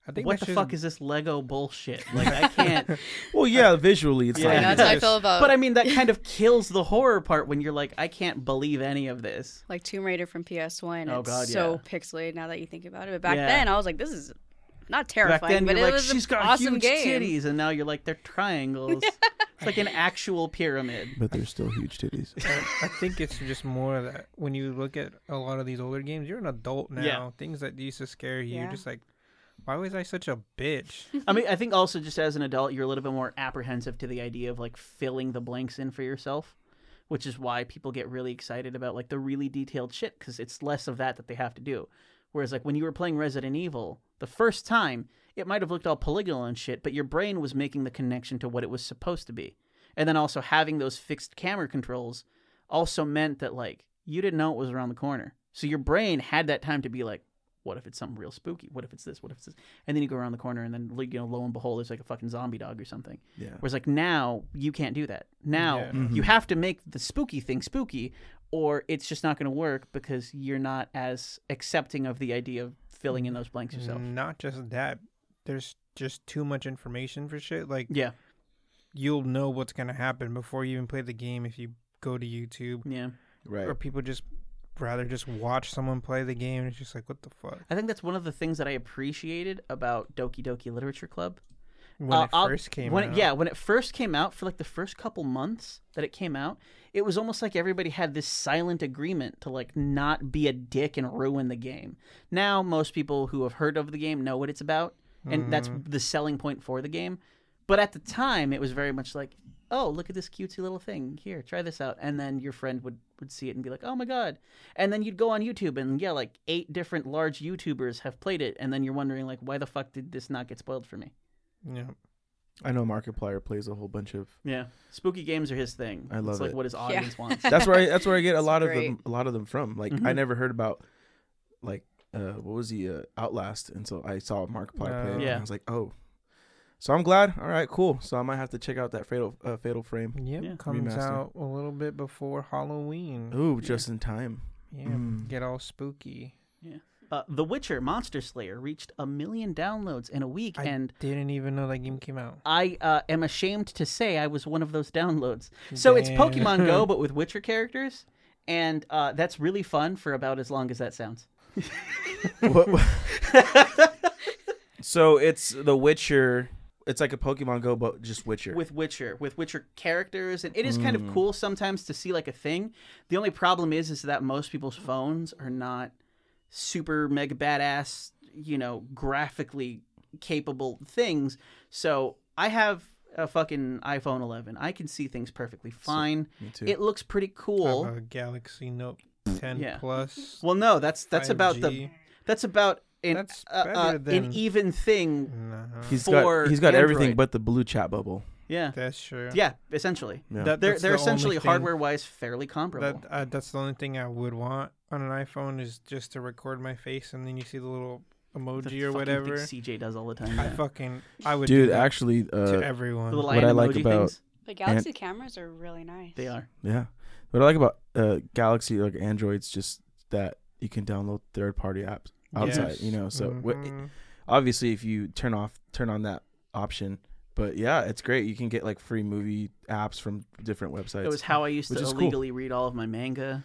S2: I think
S1: "What
S2: that
S1: the
S2: shit's
S1: fuck is this Lego
S3: (laughs)
S1: bullshit?" Like, I can't.
S3: well, yeah, visually it's
S1: Yeah.
S4: I know,
S3: like
S4: that's how I
S2: Yes.
S4: feel
S3: Uh,
S4: about
S1: but I mean, that kind of kills the horror part when you're like, "I can't believe any of this."
S4: like Tomb Raider from PS1.
S1: Oh,
S4: it's
S1: God,
S4: so
S1: yeah.
S4: pixelated now that you think about it. But back
S1: Yeah.
S4: then, I was like, this is not terrifying,
S1: Back then,
S4: but
S1: you're
S4: it
S1: like,
S4: was
S1: "She's
S4: an
S1: got
S4: awesome
S1: huge
S4: game.
S1: titties," and now you're like, "They're
S4: (laughs)
S1: triangles." it's like an actual pyramid.
S3: (laughs) But there's still huge titties.
S2: I think it's just more that when you look at a lot of these older games, you're an adult now.
S1: Yeah.
S2: Things that used to scare you,
S4: Yeah.
S2: you're just like, why was I such a bitch?
S1: I mean, I think also (laughs) just as an adult, you're a little bit more apprehensive to the idea of like filling the blanks in for yourself, which is why people get really excited about like the really detailed shit because it's less of that that they have to do. Whereas like when you were playing Resident Evil the first time, it might have looked all polygonal and shit, but your brain was making the connection to what it was supposed to be, and then also having those fixed camera controls also meant that like you didn't know it was around the corner, so your brain had that time to be like, what if it's something real spooky? What if it's this? What if it's this? And then you go around the corner, and then like, you know, lo and behold, there's like a fucking zombie dog or something.
S3: (laughs) Yeah.
S1: Whereas like now you can't do that. Now
S2: Yeah.
S1: you have to make the spooky thing spooky, or it's just not going to work because you're not as accepting of the idea of filling in those blanks yourself.
S2: Not just that. There's just too much information for shit. Like
S1: Yeah,
S2: you'll know what's gonna happen before you even play the game if you go to YouTube.
S1: yeah.
S3: Right.
S2: Or people just rather just watch someone play the game and it's just like, what the fuck?
S1: I think that's one of the things that I appreciated about Doki Doki Literature Club
S2: when
S1: Uh,
S2: it
S1: I'll-
S2: first came
S1: when
S2: out.
S1: It, yeah, when it first came out, for like the first couple months that it came out, it was almost like everybody had this silent agreement to like not be a dick and ruin the game. Now most people who have heard of the game know what it's about, and that's
S2: Mm-hmm.
S1: the selling point for the game. But at the time, it was very much like, "Oh, look at this cutesy little thing. Here, try this out." And then your friend would would see it and be like, "Oh my god!" And then you'd go on YouTube and yeah, like eight different large YouTubers have played it, and then you're wondering like, "Why the fuck did this not get spoiled for me?"
S2: yeah.
S3: I know Markiplier plays a whole bunch of.
S1: Yeah, spooky games are his thing.
S3: I love
S1: it's like
S3: it.
S1: what his audience
S4: (laughs)
S1: wants.
S3: That's where I, that's where I get a
S4: It's
S3: lot of
S4: great.
S3: them, a lot of them from. Like I
S1: Mhm.
S3: never heard about like uh, what was he uh, Outlast, and so I saw Markiplier play.
S2: Oh.
S3: it, and
S1: Yeah.
S3: I was like, oh. So I'm glad. All right, cool. So I might have to check out that Fatal uh, Fatal Frame.
S2: Yep,
S1: Yeah.
S2: comes
S3: Remaster.
S2: out a little bit before Halloween.
S3: Ooh, just in time.
S2: Yeah,
S3: Mm.
S2: get all spooky.
S1: Uh, the Witcher: Monster Slayer reached a million downloads in a week,
S2: I-
S1: and
S2: Didn't even know that game came out.
S1: I uh, am ashamed to say I was one of those downloads. So it's Pokemon
S3: (laughs)
S1: Go, but with Witcher characters, and uh, that's really fun for about as long as that sounds.
S3: What-
S1: (laughs)
S3: so it's The Witcher. It's like a Pokemon Go, but just Witcher.
S1: With Witcher, with Witcher characters, and it is kind of
S2: Mm.
S1: cool sometimes to see like a thing. The only problem is, is that most people's phones are not super mega badass, you know, graphically capable things. So I have a fucking iPhone 11. I can see things perfectly fine.
S3: Me too.
S1: it looks pretty cool. Mm.
S2: I'm a Galaxy Note 10
S1: Yeah.
S2: Plus.
S1: Well, no, that's that's about the
S2: 5G.
S1: that's about an
S2: That's
S1: uh, uh,
S2: better
S1: an
S2: than-
S1: even thing.
S2: Nah,
S3: He's
S1: for
S3: got he's got everything
S1: Android.
S3: but the blue chat bubble.
S1: Yeah,
S2: that's true.
S1: yeah, essentially.
S3: Yeah.
S2: That-
S1: They're
S2: that's
S1: they're
S2: the only
S1: essentially
S2: thing
S1: hardware wise fairly comparable.
S2: That uh, that's the only thing I would want on an iPhone is just to record my face and then you see the little
S1: The
S2: emoji or
S1: fucking
S2: whatever.
S1: thing CJ does all the time.
S2: I
S1: yeah.
S2: fucking I would
S3: Dude,
S2: do that
S3: actually,
S2: to
S3: uh,
S2: everyone.
S1: the little
S3: What
S1: eye
S3: I like
S1: emoji
S3: about-
S1: things.
S4: But Galaxy cameras are really nice.
S1: They are.
S3: yeah. What I like about uh, Galaxy, like Android's, just that you can download third-party apps outside.
S2: Yes.
S3: You know, so wh-
S1: Mm-hmm. (laughs)
S2: Mhm.
S3: obviously, if you turn off turn on that option, but yeah, it's great. You can get like free movie apps from different websites.
S1: It was how I used to
S3: which is cool.
S1: illegally read all of my manga.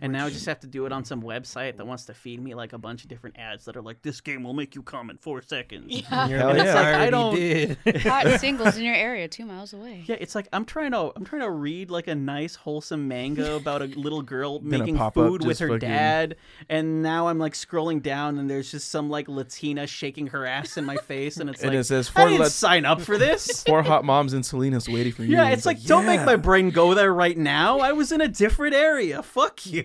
S1: And now I just have to do it on some website that wants to feed me like a bunch of different ads that are like, "This game will make you come in four seconds." (laughs)
S4: Yeah.
S2: You're
S3: Hell
S2: like,
S3: yeah.
S1: It's like, I
S2: I,
S1: don't-
S2: already did.
S1: (laughs)
S4: Hot singles in your area, two miles away.
S1: Yeah, it's like I'm trying to I'm trying to read like a nice wholesome manga about a little girl
S3: Then a
S1: making
S3: pop-up
S1: food with
S3: just
S1: her
S3: fucking-
S1: dad, and now I'm like scrolling down and there's just some like Latina shaking her ass in my face, and it's
S3: and
S1: like
S3: it says
S1: I
S3: four
S1: didn't
S3: let
S1: sign up for
S3: (laughs)
S1: this.
S3: four hot moms in Salinas waiting for you.
S1: yeah,
S3: And
S1: it's like don't make my
S3: yeah.
S1: brain go there right now. I was in a different area. Fuck
S3: (laughs)
S1: you.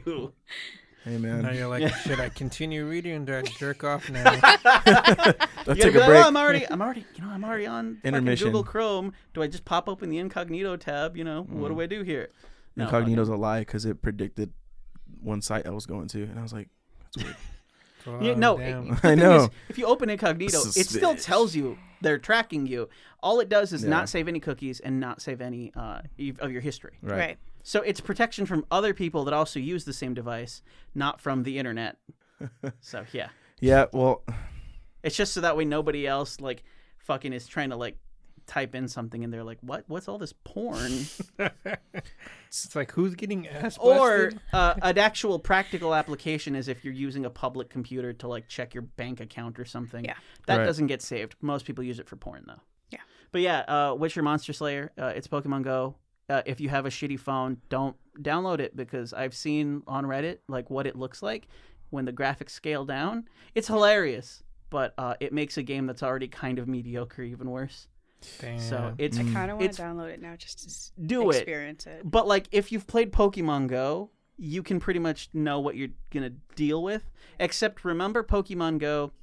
S3: Hey man,
S2: now you're like, should I continue reading? Do I
S1: (laughs)
S2: jerk off now?
S3: I
S1: You gotta
S3: took
S1: be
S3: a
S1: like,
S3: break.
S1: "Oh, I'm already, I'm already, you know, I'm already on fucking
S3: Intermission.
S1: Google Chrome. Do I just pop open the incognito tab? You know,
S3: Mm.
S1: what do I do here? No, uh, fuck it.
S3: Incognito's a lie because it predicted one site I was going to, and I was like,
S1: (laughs)
S3: that's weird. (laughs)
S1: Yeah,
S2: Oh,
S1: no,
S2: damn.
S1: it- the
S3: I
S1: thing is,
S3: know.
S1: if you open incognito, it still
S3: Suspicious.
S1: tells you they're tracking you. All it does is
S3: Yeah.
S1: not save any cookies and not save any uh, e- of your history.
S3: right.
S1: So it's protection from other people that also use the same device, not from the
S3: (laughs)
S1: internet. so yeah,
S3: Yeah, well,
S1: it's just so that way nobody else like fucking is trying to like type in something and they're like, what? What's all this porn?
S2: It's like who's getting ass
S1: or
S2: blasted?
S1: uh, an actual practical application is if you're using a public computer to like check your bank account or something.
S4: Yeah.
S1: that
S3: Right.
S1: doesn't get saved. Most people use it for porn though.
S4: Yeah.
S1: but yeah, uh, Witcher Monster Slayer. Uh, it's Pokemon Go. Uh, if you have a shitty phone, don't download it because I've seen on Reddit like what it looks like when the graphics scale down. It's hilarious, but uh, it makes a game that's already kind of mediocre even worse.
S2: Damn.
S1: So it's
S4: I kind of want
S1: Mm. It's-
S4: to download it now just to s-
S1: do it.
S4: experience it.
S1: But like, if you've played Pokemon Go, you can pretty much know what you're gonna deal with. Except remember Pokemon Go,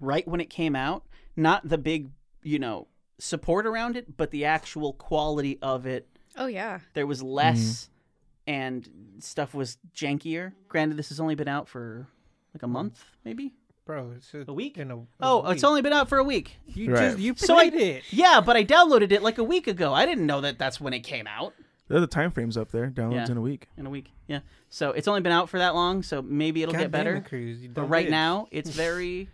S1: right when it came out, not the big, you know, support around it, but the actual quality of it.
S4: Oh yeah,
S1: There was less,
S2: Mm-hmm.
S1: and stuff was jankier. Granted, this has only been out for like a month, maybe
S2: bro, it's a,
S1: a week.
S2: In a, Hmm. a
S1: oh, it's
S2: week.
S1: only been out for a week.
S2: you
S3: Right.
S2: just you
S1: So I-
S2: played it.
S1: Yeah, but I downloaded it like a week ago. I didn't know that that's when it came out.
S3: the other time frame's up there. Downloads
S1: Yeah.
S3: in a week.
S1: in a week. Yeah. So it's only been out for that long, so maybe it'll
S2: God
S1: get
S2: damn
S1: better.
S2: it, Cruz, you
S1: But
S2: dumb
S1: right
S2: bitch. (laughs)
S1: now, it's very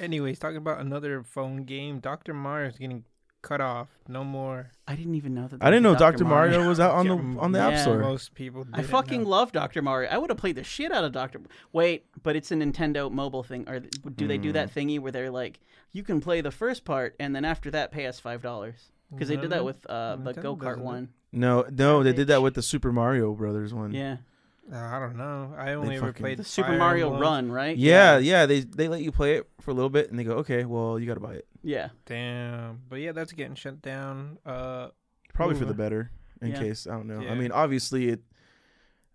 S2: Anyways, talking about another phone game, Dr. Mario is getting cut off. No more.
S1: I didn't even know that.
S3: I didn't know
S1: there was a
S3: Dr. Mario, was out on the
S2: Yeah,
S3: on the App
S1: Yeah.
S3: Store.
S2: Most people.
S1: I
S2: Didn't
S1: fucking
S2: know.
S1: love Dr. Mario. I would have played the shit out of Dr. Mar- Wait, but it's a Nintendo mobile thing. Or do they do
S3: Mm.
S1: that thingy where they're like, you can play the first part and then after that pay us $5? Because they did that
S2: Nintendo-
S1: with uh, the
S2: Mm-hmm. Nintendo
S1: go kart
S2: doesn't do-
S1: one.
S3: No, no, they
S1: They
S3: did that
S1: ch-
S3: with the Super Mario Brothers one.
S1: Yeah.
S2: Uh, I don't know. I only ever
S3: fucking-
S2: played
S1: The Super
S2: Fire
S1: Mario
S2: Emblem.
S1: Run, right?
S3: Yeah, yeah, they they let you play it for a little bit, and they go, okay, well, you got to buy it,
S1: Yeah.
S2: Damn. But yeah, that's getting shut down. Uh,
S3: probably for the
S2: Moving-
S3: better. In
S1: Yeah.
S3: case I don't know, I
S2: Yeah.
S3: mean, obviously, it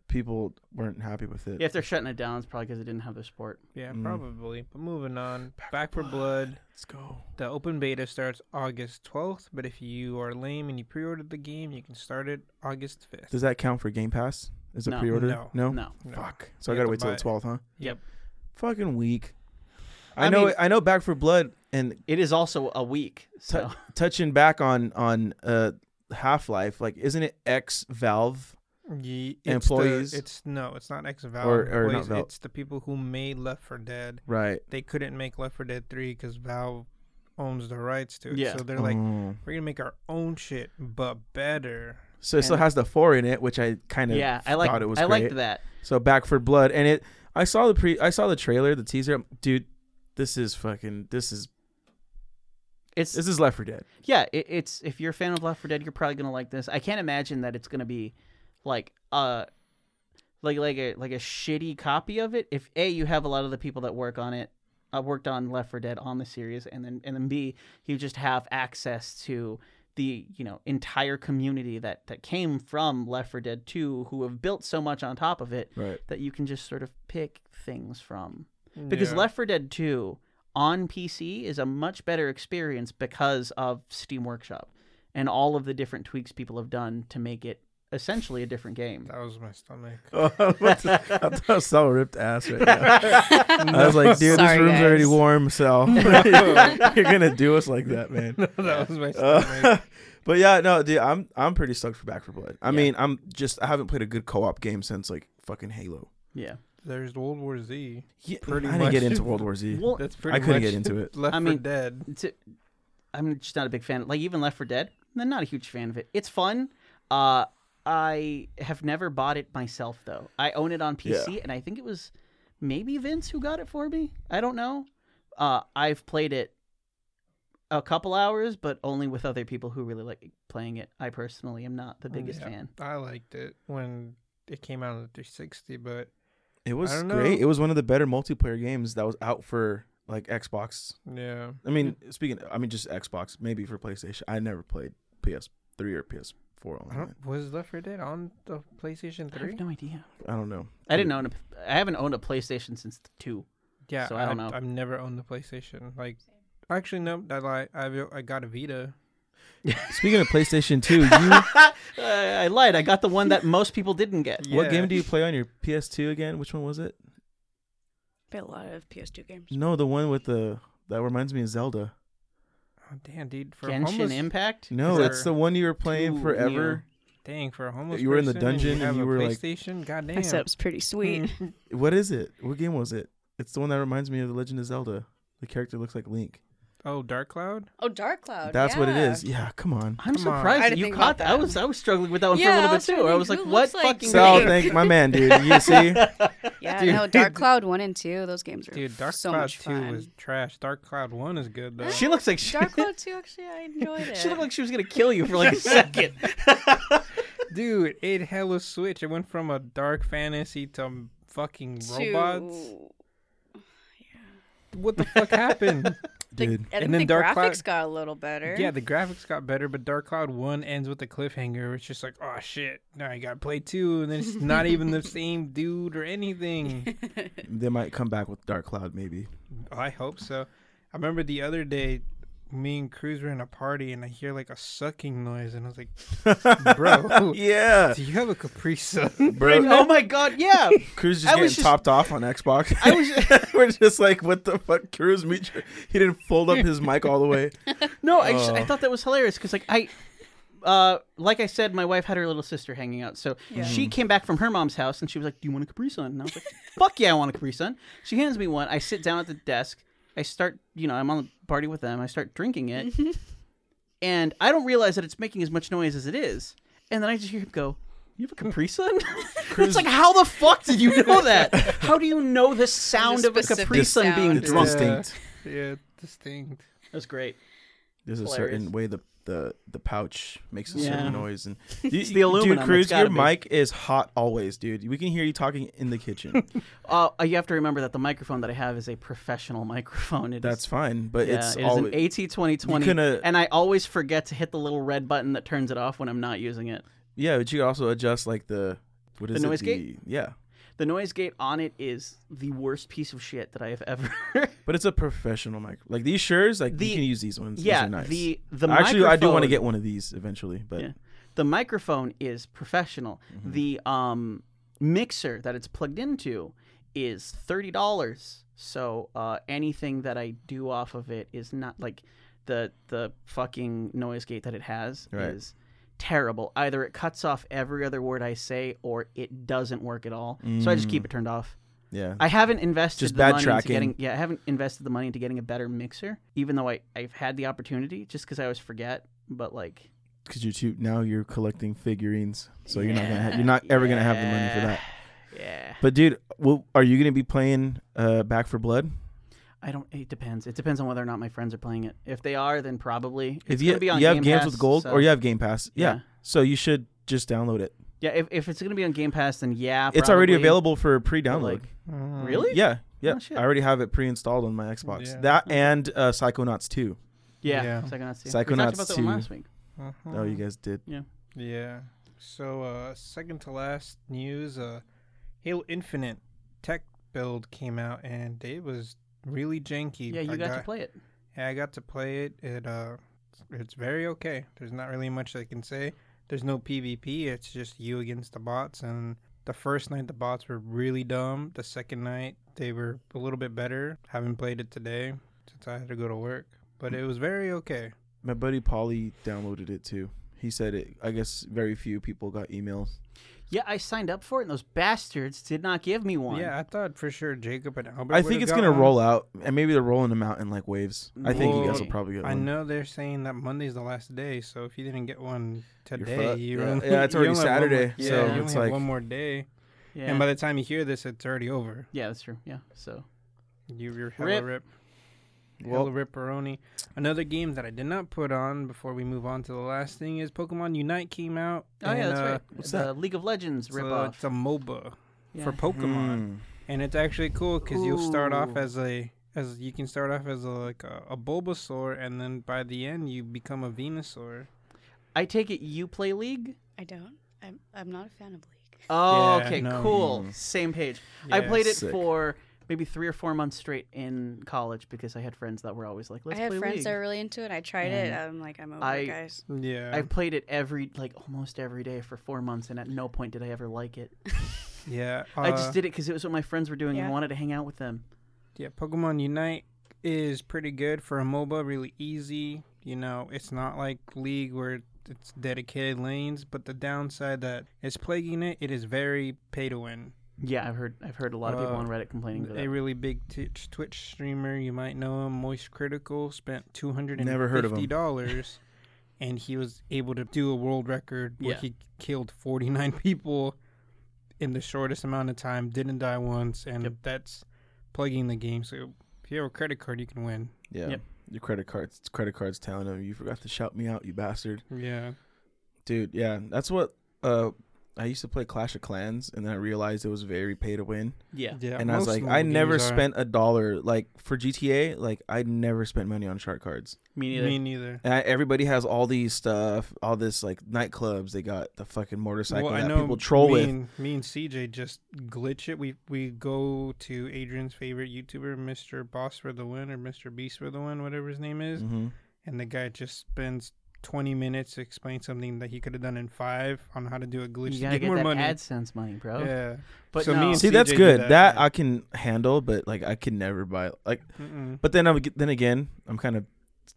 S3: people weren't happy with it.
S1: Yeah, if they're shutting it down, it's probably because it didn't have the support.
S2: Yeah,
S3: Mm.
S2: probably. But moving on, Back for Blood.
S3: Let's go.
S2: The open beta starts August 12th, but if you are lame and you pre-ordered the game, you can start it August 5th.
S3: Does that count for Game Pass? Is it
S1: No.
S3: pre-order?
S2: No.
S1: No.
S2: No.
S3: Fuck. So
S2: You
S3: I gotta
S2: have
S3: wait
S2: to
S3: till
S2: buy
S3: the twelfth, huh?
S2: Yep.
S3: Fucking weak. I,
S1: I
S3: know.
S1: mean-
S3: I know. Back for Blood and
S1: It is also a week. So
S3: touching back on on uh Half Life. Like, isn't it ex Valve?
S2: Ye- it's
S3: Employees?
S2: The, it's no, it's not ex Valve
S3: Or- or not
S2: employees.
S3: Valve.
S2: It's the people who made Left for Dead.
S3: Right.
S2: They couldn't make Left for Dead 3 because Valve owns the rights to it.
S1: Yeah.
S2: So they're like,
S3: Oh.
S2: we're gonna make our own shit, but better.
S3: so it still
S1: and-
S3: has the four in it, which (laughs) I kind of
S1: yeah, I like.
S3: thought it was
S1: I
S3: great.
S1: liked that.
S3: So Back for Blood, and it. I saw the pre. I saw the trailer, the teaser. I'm- Dude, this is fucking. This is
S1: It's
S3: this is Left for Dead.
S1: yeah. It, it's if you're a fan of Left 4 Dead, you're probably gonna like this. I can't imagine that it's gonna be like uh like like a like a shitty copy of it. If a you have a lot of the people that work on it, uh, worked on Left 4 Dead on the series, and then and then b you just have access to the you know entire community that that came from Left 4 Dead 2, who have built so much on top of it
S3: Right.
S1: that you can just sort of pick things from. because Left 4 Dead 2 on PC is a much better experience because of Steam Workshop and all of the different tweaks people have done to make it essentially a different game.
S2: that was my stomach.
S3: Oh, (laughs) what the- I thought I saw a ripped ass right now.
S2: (laughs)
S3: I was like, dude,
S4: Sorry,
S3: this room's
S4: guys.
S3: already warm, so you're gonna do us like that, (laughs) man.
S2: that was my stomach.
S3: Uh, (laughs) but yeah, no, dude, I'm I'm pretty stoked for Back for Blood. I mean, I'm just I haven't played a good co-op game since like fucking Halo.
S1: (laughs) Yeah.
S2: There's World War Z.
S3: Yeah,
S2: Pretty
S3: I didn't
S2: much.
S3: get into World War Z.
S1: Well,
S2: That's pretty.
S3: I couldn't
S2: much
S3: get into
S2: (laughs)
S3: it.
S2: Left
S1: I
S2: 4
S1: mean-
S2: Dead.
S1: to, I'm just not a big fan. Like even Left 4 Dead, I'm not a huge fan of it. It's fun. Uh, I have never bought it myself though. I own it on PC, and I think it was maybe Vince who got it for me. I don't know. Uh, I've played it a couple hours, but only with other people who really like playing it. I personally am not the biggest
S2: Yeah.
S1: fan.
S2: I liked it when it came out on the 360, but
S3: It was
S2: don't
S3: great.
S2: know.
S3: It was one of the better multiplayer games that was out for like Xbox.
S2: yeah,
S3: I mean, speaking, I mean just Xbox, maybe for PlayStation. I never played PS3 or PS4
S2: I
S3: online.
S2: don't, was Left 4 Dead on the PlayStation
S1: I
S2: 3?
S1: have no idea.
S3: I don't know.
S1: I didn't own a. I haven't owned a PlayStation since the (laughs) two.
S2: yeah,
S1: so I don't know.
S2: I've never owned the PlayStation. Like, actually, no, I lied. I I got a Vita.
S3: Speaking of PlayStation 2, you
S1: Uh, (laughs) I lied. I got the one that most people didn't get.
S3: What game do you play on your PS2 again? Which one was it?
S4: Play a lot of PS2 games.
S3: No, the one with the that reminds me of Zelda.
S2: Oh, damn, dude, for a
S1: Genshin
S2: homeless,
S1: Impact.
S3: No,
S2: Is
S3: it's
S2: there
S3: the one you were playing
S1: two
S3: forever.
S2: dang, for a homeless.
S3: You were in the
S2: person and
S3: dungeon and
S2: have
S3: you
S2: a
S3: were, like-
S2: PlayStation. Goddamn.
S4: My setup's pretty sweet.
S1: Mm-hmm.
S3: What is it? What game was it? It's the one that reminds me of The Legend of Zelda. The character looks like Link.
S2: Oh, Dark Cloud.
S4: (laughs) oh, Dark Cloud.
S3: That's what it
S4: yeah.
S3: is. Yeah, come on.
S1: I'm
S2: Come on.
S1: surprised
S4: I had
S1: that
S4: to
S1: you
S4: think
S1: caught
S4: about
S1: that. I
S4: that.
S1: was I was struggling with that one
S4: Yeah,
S1: for a
S4: I
S1: little bit
S4: was
S1: too.
S4: trying to
S1: I
S4: think
S1: was like,
S4: who
S1: what
S4: looks like
S1: fucking
S3: Sal,
S1: game?
S3: thank my man,
S1: (laughs)
S3: dude. You see?
S4: (laughs) Yeah,
S1: Dude. (laughs)
S4: no, Dark Cloud 1 and 2, those games are
S2: Dude, Dark
S4: so
S2: Cloud
S4: much
S2: Two
S4: fun.
S2: was trash. Dark Cloud One is good though.
S1: She looks like she,
S4: Dark
S2: (laughs)
S4: Cloud 2, actually, I enjoyed
S1: (laughs)
S4: it.
S1: she looked like she was gonna kill you for like a
S4: (laughs)
S1: second.
S2: Dude, it hella switch. It went from a dark fantasy to fucking robots.
S4: To-
S2: What the fuck happened?
S4: The,
S3: Dude.
S4: I think
S2: And then
S4: the
S2: Dark Cloud-
S4: graphics got a little better.
S2: yeah, the graphics got better, but Dark Cloud One ends with a cliffhanger. It's just like, oh shit, now you gotta play two, and then it's not even (laughs) the same dude or anything.
S3: They might come back with Dark Cloud, maybe.
S2: I hope so. I remember the other day, me and Cruz were in a party, and I hear like a sucking noise, and I was like, (laughs) bro,
S3: Yeah.
S2: do you have a Capri Sun?
S3: (laughs) Bro,
S1: oh my god, yeah.
S3: Cruz just
S1: I
S3: getting
S1: was just-
S3: topped off on Xbox. (laughs)
S1: I was
S3: We're just like, what the fuck? Cruz, meet your... He didn't fold up his mic all the way.
S1: no, I just, I
S3: Oh.
S1: thought that was hilarious because like I. Uh, like I said, my wife had her little sister hanging out, so she came back from her mom's house and she was like, "Do you want a Capri Sun?" And I was like, "Fuck yeah, I want a Capri Sun." She hands me one. I
S4: (laughs)
S1: sit down at the desk. I start, you know, I'm on the party with them. I start drinking it, and I don't realize that it's making as much noise as it is. And then I just hear him go, "You have a Capri Sun?" (laughs) it's like, how the fuck did you know
S4: (laughs)
S1: that? How do you know the sound
S4: The
S1: of a Capri
S4: specific
S1: Sun being
S4: sound.
S3: It's
S1: drunk?
S3: distinct.
S2: Yeah, distinct.
S1: That's great.
S3: There's a
S1: Hilarious.
S3: certain way the the the pouch makes a
S1: Yeah.
S3: certain noise, and
S1: (laughs) It's the aluminum.
S3: dude,
S1: It's
S3: Cruz, your
S1: gotta be.
S3: mic is hot always, dude. We can hear you talking in the kitchen.
S1: (laughs) Uh, you have to remember that the microphone that I have is a professional (laughs) microphone. It is-
S3: That's fine, but
S1: yeah,
S3: it's
S1: it is
S3: always
S1: an AT twenty twenty,
S3: You coulda-
S1: and I always forget to hit the little red button that turns it off when I'm not using it.
S3: yeah. But you could also adjust like the what is it,
S1: noise gate?
S3: the- Yeah,
S1: The noise gate on it is the worst piece of shit that I have ever. (laughs)
S3: but it's a professional mic. Like these Sures, like
S1: The-
S3: you can use these ones. these
S1: yeah,
S3: are nice.
S1: the the
S3: actually I do want
S1: microphone-
S3: to get one of these eventually, but
S1: Yeah. the microphone is professional.
S3: Mm-hmm.
S1: The um, mixer that it's plugged into is thirty dollars. So uh, anything that I do off of it is not like the the fucking noise gate that it has
S3: Right.
S1: is terrible. Either it cuts off every other word I say, or it doesn't work at all. So I just keep it turned off.
S3: yeah.
S1: I haven't invested
S3: Mm. Just
S1: the
S3: bad
S1: money
S3: tracking.
S1: into getting yeah, I haven't invested the money into getting a better mixer, even though I, I've had the opportunity just because I always forget. But like
S3: because you're too now you're collecting figurines, so you're not gonna ha- you're not ever gonna have the money for that.
S1: Yeah.
S3: But dude, well, are you gonna be playing uh, Back for Blood?
S1: I don't. It depends. It depends on whether or not my friends are playing it. If they are, then probably. It's
S3: if you,
S1: gonna be on
S3: you have
S1: Game
S3: games
S1: Pass,
S3: with gold
S1: so-
S3: or you have Game Pass, yeah.
S1: Yeah.
S3: So you should just download it.
S1: yeah. If, if it's gonna be on Game Pass, then yeah.
S3: It's already
S1: probably.
S3: available for
S1: But,
S3: pre-download.
S1: Like,
S2: Mm.
S1: really?
S3: yeah, yeah.
S1: Oh, shit.
S3: I already have it pre-installed on my Xbox.
S2: Yeah.
S3: That and uh, Psychonauts 2.
S1: Yeah.
S2: Yeah.
S1: Psychonauts 2. we
S3: Psychonauts
S1: talked about that
S3: 2.
S1: one last week.
S2: Uh-huh.
S3: Oh, you guys did.
S2: Yeah. So, uh, second to last news, uh, Halo Infinite tech build came out, and it was really janky.
S1: Yeah, you
S2: I
S1: got, to play it.
S2: Yeah, I got to play it. It uh, it's very okay. There's not really much I can say. There's no PvP. It's just you against the bots. And the first night the bots were really dumb. The second night they were a little bit better. Haven't played it today since I had to go to work, but it was very okay.
S3: My buddy Polly downloaded it too. He said it. I guess very few people got emails.
S1: Yeah, I signed up for it, and those bastards did not give me one.
S2: Yeah, I thought for sure Jacob and Albert.
S3: I
S2: would've
S3: think it's gonna
S2: gotten one.
S3: roll out, and maybe they're rolling them out in like waves. I think you guys
S1: Well,
S3: will probably get
S2: I
S3: one.
S2: know they're saying that Monday's the last day, so if you didn't get one
S3: You're
S2: today,
S3: fucked.
S2: you
S3: yeah.
S2: only,
S3: yeah,
S2: (laughs)
S3: it's
S2: you
S3: already
S2: only have one more-
S3: Saturday,
S2: yeah,
S3: so
S2: you only
S3: it's
S2: have
S3: like
S2: one more day,
S1: Yeah.
S2: and by the time you hear this, it's already over.
S1: yeah, that's true. Yeah. So
S2: You, you're hella
S1: Rip.
S2: rip.
S3: Well-
S2: hella ripperoni. Another game that I did not put on before we move on to the last thing is Pokemon Unite came out.
S1: Oh yeah,
S2: and,
S1: that's
S2: uh,
S1: right.
S3: what's
S1: the
S3: that?
S1: League of Legends
S2: It's a,
S1: ripoff.
S2: it's a MOBA
S1: Yeah.
S2: for Pokemon,
S3: Mm.
S2: and it's actually cool because you'll start off
S1: Ooh.
S2: as a as you can start off as a, like a, a Bulbasaur, and then by the end you become a Venusaur.
S1: I take it you play League.
S4: I don't. I'm, I'm not a fan of League.
S1: Oh,
S2: Yeah, Mm.
S1: okay,
S2: no.
S1: cool. Same page. I
S2: Yeah.
S1: played it
S3: Sick.
S1: for maybe three or four months straight in college because I had friends that were always like, "Let's
S4: I have
S1: play
S4: friends
S1: League."
S4: that are really into it. I tried it. I'm like, I'm over
S1: I-
S4: it, guys.
S2: Yeah,
S1: I played it every, like, almost every day for four months, and at no point did I ever like it.
S2: yeah.
S1: I
S2: uh,
S1: just did it because it was what my friends were doing, and I
S4: yeah.
S1: wanted to hang out with them.
S2: Yeah, Pokemon Unite is pretty good for a MOBA, really easy. You know, it's not like League where it's dedicated lanes, but the downside that is plaguing it, it is very pay to win.
S1: Yeah, I've heard, I've heard a lot of people
S2: Uh,
S1: on Reddit complaining about
S2: A
S1: that.
S2: really big Twitch, Twitch streamer, you might know him, Moist Critical, spent two hundred
S3: Never heard of
S2: and
S3: him.
S2: fifty dollars, and he was able to do a world record where
S1: Yeah.
S2: he killed forty nine people in the shortest amount of time, didn't die once, and
S1: Yep.
S2: that's plugging the game. So if you have a credit card, you can win.
S3: Yeah.
S1: Yep.
S3: Your credit cards credit cards telling them you forgot to shout me out, you bastard.
S2: Yeah.
S3: Dude, yeah. That's what uh I used to play Clash of Clans and then I realized it was very pay to win.
S1: Yeah,
S2: Yeah,
S3: and I was
S2: most
S3: like,
S2: mobile
S3: I never
S2: games are.
S3: spent a dollar like for GTA, like I never spent money on shark cards.
S1: me neither.
S2: Me neither.
S3: And I, everybody has all these stuff, all this like nightclubs, they got the fucking motorcycle
S2: well, I
S3: that
S2: know
S3: people troll
S2: me
S3: with.
S2: And, me and CJ just glitch it. We we go to Adrian's favorite YouTuber, Mr. Boss for the win or Mr. Beast for the win, whatever his name is,
S3: Mhm.
S2: and the guy just spends. 20 minutes to explain something that he could have done in five on how to do a glitch
S1: You
S2: to
S1: gotta
S2: get,
S1: get
S2: more
S1: that
S2: money.
S1: AdSense money, bro.
S2: Yeah.
S1: But
S2: So me
S1: no.
S2: and-
S3: See, that's
S2: CJ did
S3: good. That,
S2: that, yeah.
S3: I can handle, but like I can never buy like
S2: Mm-mm.
S3: But then I would get- then again, I'm kind of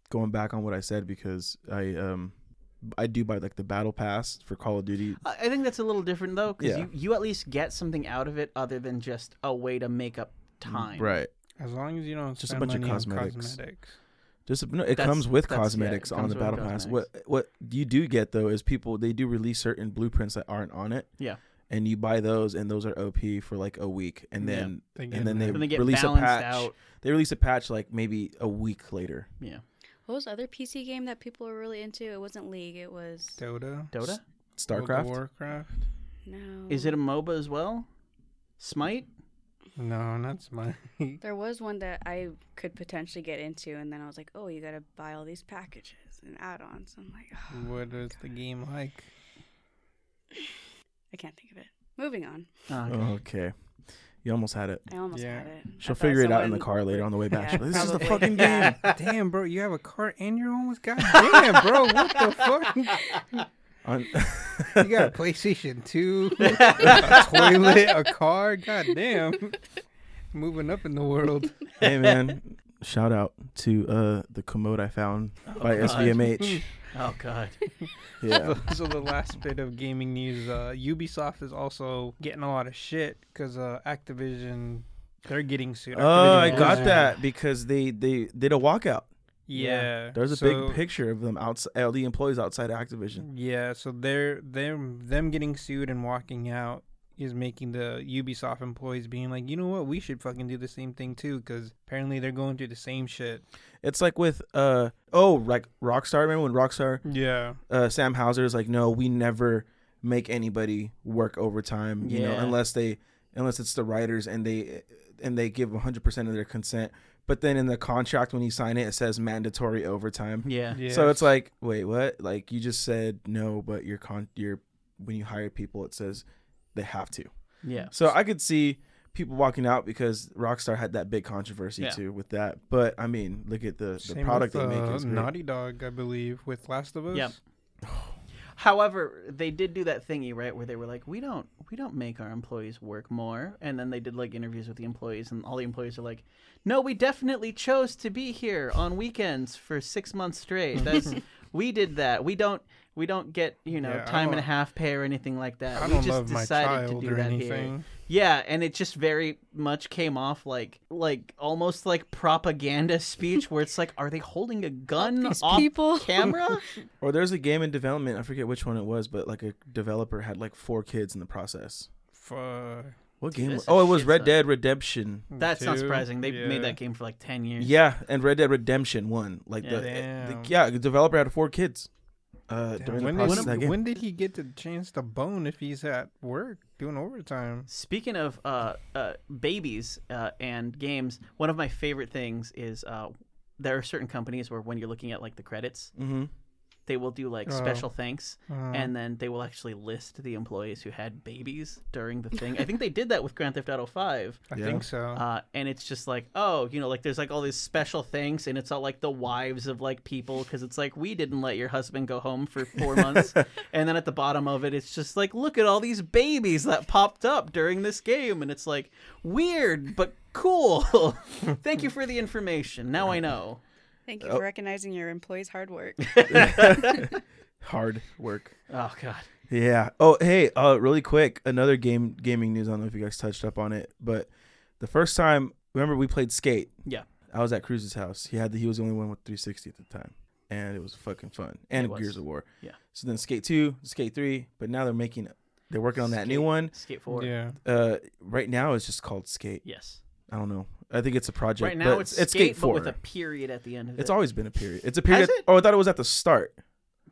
S3: going back on what I said because I um I do buy like the battle pass for Call of Duty.
S1: I I think that's a little different though, because
S3: Yeah.
S1: you, you at least get something out of it other than just a way to make up time.
S2: Mm,
S3: Right.
S2: As long as you don't
S3: Just a
S2: spend
S3: bunch of
S2: money on
S3: cosmetics.
S2: cosmetics.
S3: Just no, it
S1: That's-
S3: comes with
S1: that's- yeah, it
S3: cosmetics on
S1: comes
S3: the
S1: with
S3: battle pass. What
S1: cosmetics.
S3: what you do get though is people they do release certain blueprints that aren't on it.
S1: Yeah.
S3: And you buy those, and those are OP for like a week, and
S1: Yeah.
S3: then
S2: They
S3: and then they
S1: Then they get
S3: release a
S1: balanced
S3: patch.
S1: out.
S3: They release a patch like maybe a week later.
S1: Yeah.
S4: What was the other PC game that people were really into? It wasn't League. It was
S2: Dota,
S1: Dota?
S2: World of
S3: Starcraft.
S2: Warcraft.
S4: no.
S1: Is it a MOBA as well? Smite?
S2: No, not Smite. (laughs)
S4: There was one that I could potentially get into, and then I was like, oh, you gotta buy all these packages and add-ons. I'm like, (sighs) oh,
S2: what is the game like?
S4: I can't think of it. Moving on.
S1: Oh, okay.
S3: okay. You almost had it.
S4: I almost
S2: Yeah.
S4: had it.
S3: She'll figure it out in the car later on the way back.
S4: (laughs) Yeah,
S3: She'll be like, this is the
S4: probably.
S2: (laughs)
S3: fucking game.
S4: Yeah.
S2: Damn, bro, you have a cart and your own. God damn, bro, what the (laughs) fuck?
S1: (laughs)
S3: On-
S2: You got a PlayStation (laughs) 2, a toilet, a car. God damn. Moving up in the (laughs) world.
S3: hey man, shout out to uh the commode I found by
S1: Oh, God. (laughs)
S3: SVMH.
S1: Oh, God.
S3: Yeah.
S2: so the last bit of gaming news, uh, Ubisoft is also getting a lot of shit because uh, Activision, they're getting sued.
S3: Oh, I
S2: Activision
S3: got
S2: Blizzard.
S3: that because they they did a walkout.
S2: Yeah,
S3: There's a
S2: so-
S3: big picture of them outside, all the employees outside of Activision.
S2: Yeah, so they're them them getting sued and walking out is making the Ubisoft employees being like, you know what, we should fucking do the same thing too, because apparently they're going through the same shit.
S3: It's like with uh oh like Rockstar. Remember when Rockstar
S2: Yeah,
S3: uh, Sam Hauser is like, no, we never make anybody work overtime, you know,
S1: Yeah.
S3: unless they unless it's the writers and they and they give 100 percent of their consent. But then in the contract when you sign it, it says mandatory overtime.
S1: Yeah.
S2: yeah.
S3: So it's like, wait, what? Like you just said no, but your con your when you hire people, it says they have to.
S1: Yeah.
S3: So I could see people walking out because Rockstar had that big controversy
S1: Yeah.
S3: too with that. But I mean, look at the, the product
S2: with,
S3: they make.
S2: uh,
S3: Is great.
S2: Naughty Dog, I believe, with Last of Us.
S1: Yep. However, they did do that thingy, right, where they were like, "We don't, we don't make our employees work more," and then they did like interviews with the employees, and all the employees are like, "No, we definitely chose to be here on weekends for six months
S2: (laughs)
S1: straight. That's we did that. We don't, we don't get you know
S2: Yeah, I
S1: time and
S2: don't-
S1: a half pay or anything like that.
S2: I
S1: we
S2: don't
S1: just
S2: love my
S1: decided
S2: child
S1: to do
S2: or
S1: that here."
S2: anything.
S1: Yeah, and it just very much came off like, like almost like propaganda (laughs) speech, where it's like, "Are they holding a gun
S4: These
S1: off
S4: people. (laughs)
S1: camera?"
S3: Or there's a game in development. I forget which one it was, but like a developer had like four kids in the process.
S2: Fuck.
S3: What
S1: Dude,
S3: game?
S1: that's
S3: Was,
S1: a
S3: oh, it was
S1: shit
S3: Red
S1: ton.
S3: Dead Redemption.
S1: That's not
S2: Two,
S1: surprising. They
S2: yeah.
S1: made that game for like ten years.
S3: Yeah, and Red Dead Redemption one. Like the, eh,
S2: Yeah.
S3: the- yeah, the developer had four kids. Uh,
S2: Damn,
S3: during
S2: when,
S3: the process
S2: did,
S3: of that game.
S2: when did he get the chance to bone if he's at work doing overtime?
S1: Speaking of uh, uh, babies uh, and games, one of my favorite things is uh, there are certain companies where when you're looking at like the credits,
S3: hmm
S1: they will do like
S2: Oh.
S1: special thanks,
S2: Uh,
S4: Uh-huh.
S1: and then they will actually list the employees who had babies during the thing. I think they did that with Grand Theft Auto
S4: (laughs)
S1: Five.
S2: I
S3: Yeah.
S2: think so.
S1: Uh, and it's just like, oh, you know, like there's like all these special things, and it's all like the wives of like people, because it's like we didn't let your husband go home for four
S3: (laughs)
S1: months, and then at the bottom of it, it's just like, look at all these babies that popped up during this game, and it's like weird but cool. (laughs) Thank you for the information. Now I know.
S4: Thank you for recognizing your employees'
S3: (laughs)
S4: hard work.
S3: Hard work.
S1: Oh God.
S3: Yeah. Oh, hey, uh, really quick, another game gaming news. I don't know if you guys touched up on it, but the first time, remember we played Skate.
S1: Yeah.
S3: I was at Cruz's house. He had the, he was the only one with 360 at the time, and it was fucking fun. And
S1: It was.
S3: Gears of War.
S1: Yeah.
S3: So then Skate Two, Skate Three, but now they're making they're working on that new
S1: Skate.
S3: one.
S1: Skate forward.
S2: yeah.
S3: Uh, right now it's just called Skate.
S1: Yes.
S3: I don't know. I think it's a project.
S1: Right now
S3: but
S1: it's,
S3: it's
S1: skate,
S3: Skate
S1: but
S3: Four.
S1: with a period at the end of
S3: it's
S1: it.
S3: always been a period. It's a period.
S1: it?
S3: Oh, I thought it was at the start.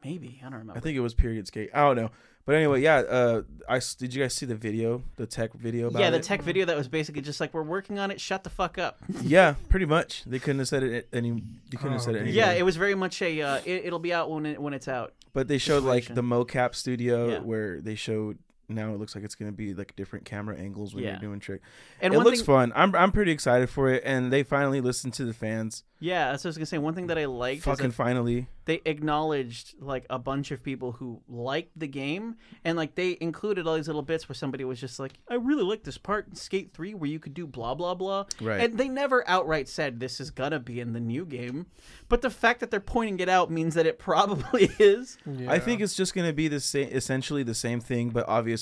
S1: Maybe I don't remember.
S3: I think it was period skate. I don't know. But anyway, yeah. Uh, I s- did. You guys see the video, the tech video about
S1: yeah, the
S3: it?
S1: tech video that was basically just like we're working on it. Shut the fuck up.
S3: Yeah, pretty much. They couldn't have said it any. You couldn't have
S2: Oh,
S3: said it
S2: dude.
S3: any.
S1: Yeah,
S3: better.
S1: it was very much a. Uh, it, it'll be out when it, when it's out.
S3: but they showed like the
S1: situation.
S3: mocap studio
S1: Yeah.
S3: where they showed. Now it looks like it's gonna be like different camera angles when
S1: Yeah.
S3: you're doing trick.
S1: And
S3: it
S1: one
S3: looks
S1: thing,
S3: fun. I'm I'm pretty excited for it, and they finally listened to the fans.
S1: yeah. That's what I was gonna say. One thing that I liked is
S3: Fucking
S1: that
S3: finally.
S1: they acknowledged like a bunch of people who liked the game, and like they included all these little bits where somebody was just like, "I really like this part in Skate Three where you could do blah blah blah,"
S3: Right.
S1: And they never outright said this is gonna be in the new game, but the fact that they're pointing it (laughs) out means that it probably is.
S3: I think it's just gonna be the same, essentially the same thing, but obviously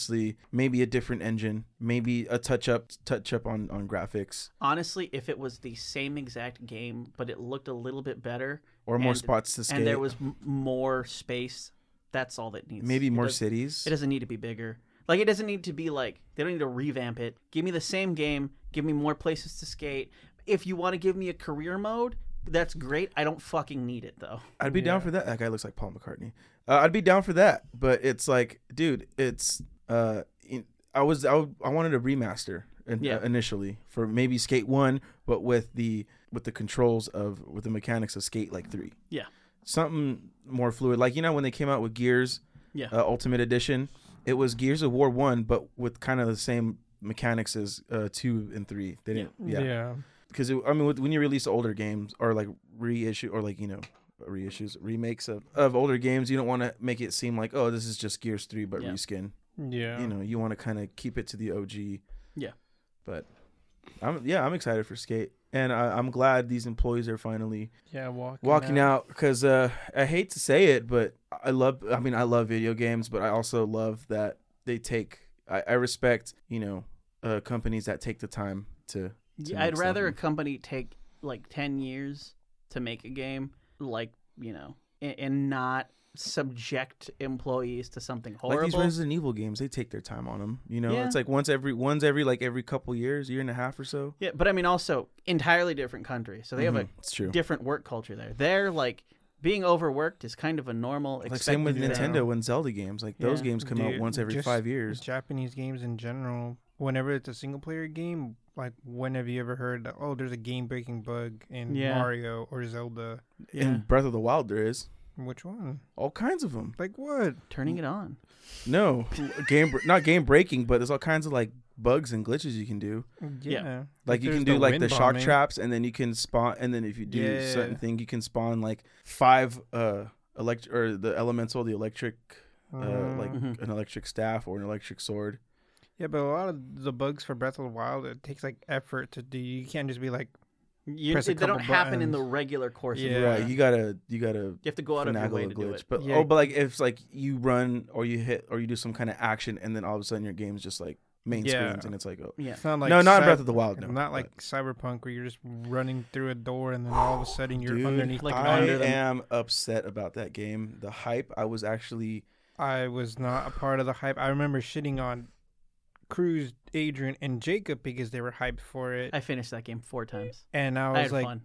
S3: maybe a different engine, maybe a touch up touch up on on graphics
S1: Honestly, if it was the same exact game, but it looked a little bit better
S3: or more
S1: And-
S3: spots to skate.
S1: and there was m- more space, that's all that needs.
S3: maybe
S1: It
S3: more
S1: does-
S3: cities.
S1: It doesn't need to be bigger. Like it doesn't need to be like they don't need to revamp it. Give me the same game. Give me more places to skate. If you want to give me a career mode, that's great. I don't fucking need it
S3: (laughs)
S1: though.
S3: I'd be down
S2: Yeah.
S3: for that. That guy looks like Paul McCartney. Uh, I'd be down for that, but it's like, dude, it's uh, in- I was I, w- I wanted a remaster in,
S1: Yeah.
S3: uh, initially for maybe Skate One, but with the with the controls of with the mechanics of Skate like Three.
S1: Yeah.
S3: something more fluid. Like you know when they came out with Gears,
S1: Yeah.
S3: uh, Ultimate Edition, it was Gears of War One, but with kind of the same mechanics as uh, two and three. They didn't, yeah,
S2: yeah.
S3: because I mean, with- when you release older games or like reissue or like you know reissues, remakes of, of older games, you don't want to make it seem like oh, this is just Gears Three but
S1: Yeah.
S3: reskin.
S2: Yeah.
S3: You know, you want to kind of keep it to the OG.
S1: Yeah.
S3: but I'm yeah, I'm excited for Skate, and I, I'm glad these employees are finally
S2: yeah, walking,
S3: walking out because uh, I hate to say it, but I love. I mean, I love video games, but I also love that they take. I, I respect you know uh, companies that take the time to. to
S1: Yeah, I'd
S3: make
S1: rather a
S3: something.
S1: company take like 10 years to make a game, like, you know, and, and not subject employees to something horrible.
S3: Like these Resident Evil games, they take their time on them. You know,
S1: Yeah.
S3: it's like once every once every like every couple years, year and a half or so.
S1: yeah, but I mean, also entirely different country. So they have
S3: Mhm, it's true.
S1: a different work culture there. They're like being overworked is kind of a normal
S3: Like same with
S1: expected thing.
S3: Nintendo and Zelda games. Like those
S1: Yeah.
S3: games come out
S2: Dude,
S3: once every
S2: just
S3: five years.
S2: Japanese games in general, whenever it's a single player game, like when have you ever heard that, oh, there's a game breaking bug in
S1: Yeah.
S2: Mario or Zelda?
S1: Yeah.
S3: In Breath of the Wild, there is
S2: Which one?
S3: all kinds
S1: (laughs)
S3: of them.
S2: Like what?
S1: Turning it on.
S3: No game, br- not game breaking, but there's all kinds of like bugs and glitches you can do. Like you
S2: There's
S3: can do like
S2: wind
S3: the shock
S2: bombing.
S3: traps, and then you can spawn, and then if you do
S2: Yeah.
S3: certain thing, you can spawn like five uh elect or the elemental, the electric, uh,
S2: Mm.
S3: like
S1: Mhm.
S3: an electric staff or an electric sword.
S2: Yeah, but a lot of the bugs for Breath of the Wild, it takes like effort to do. You can't just be like,
S1: You,
S2: Press
S1: they
S2: a
S1: don't
S2: couple
S1: happen in the
S2: buttons.
S1: regular course of
S2: Yeah.
S1: the
S3: Right,
S1: game.
S3: you gotta you gotta
S1: You have to go out of your
S3: finagle
S1: way
S3: a
S1: to do it.
S3: glitch. But
S2: Yeah.
S3: oh, but like if it's like you run or you hit or you do some kind of action and then all of a sudden your game's just like main
S2: Yeah.
S3: screens and it's like oh
S1: Yeah.
S2: it's not like
S3: no, not in
S2: cyber-
S3: Breath of the Wild, no,
S2: not like Cyberpunk where you're just running through a door and then all of a sudden
S3: but-
S2: you're
S3: Dude,
S2: underneath.
S1: Like
S2: Like
S3: I
S1: under them.
S3: am upset about that game. The hype. I was actually
S2: I was not a part of the hype. I remember shitting on Cruz, Adrian, and Jacob because they were hyped for it,
S1: I finished that game four times.
S2: and I
S1: I,
S2: was
S1: had
S2: like,
S1: fun.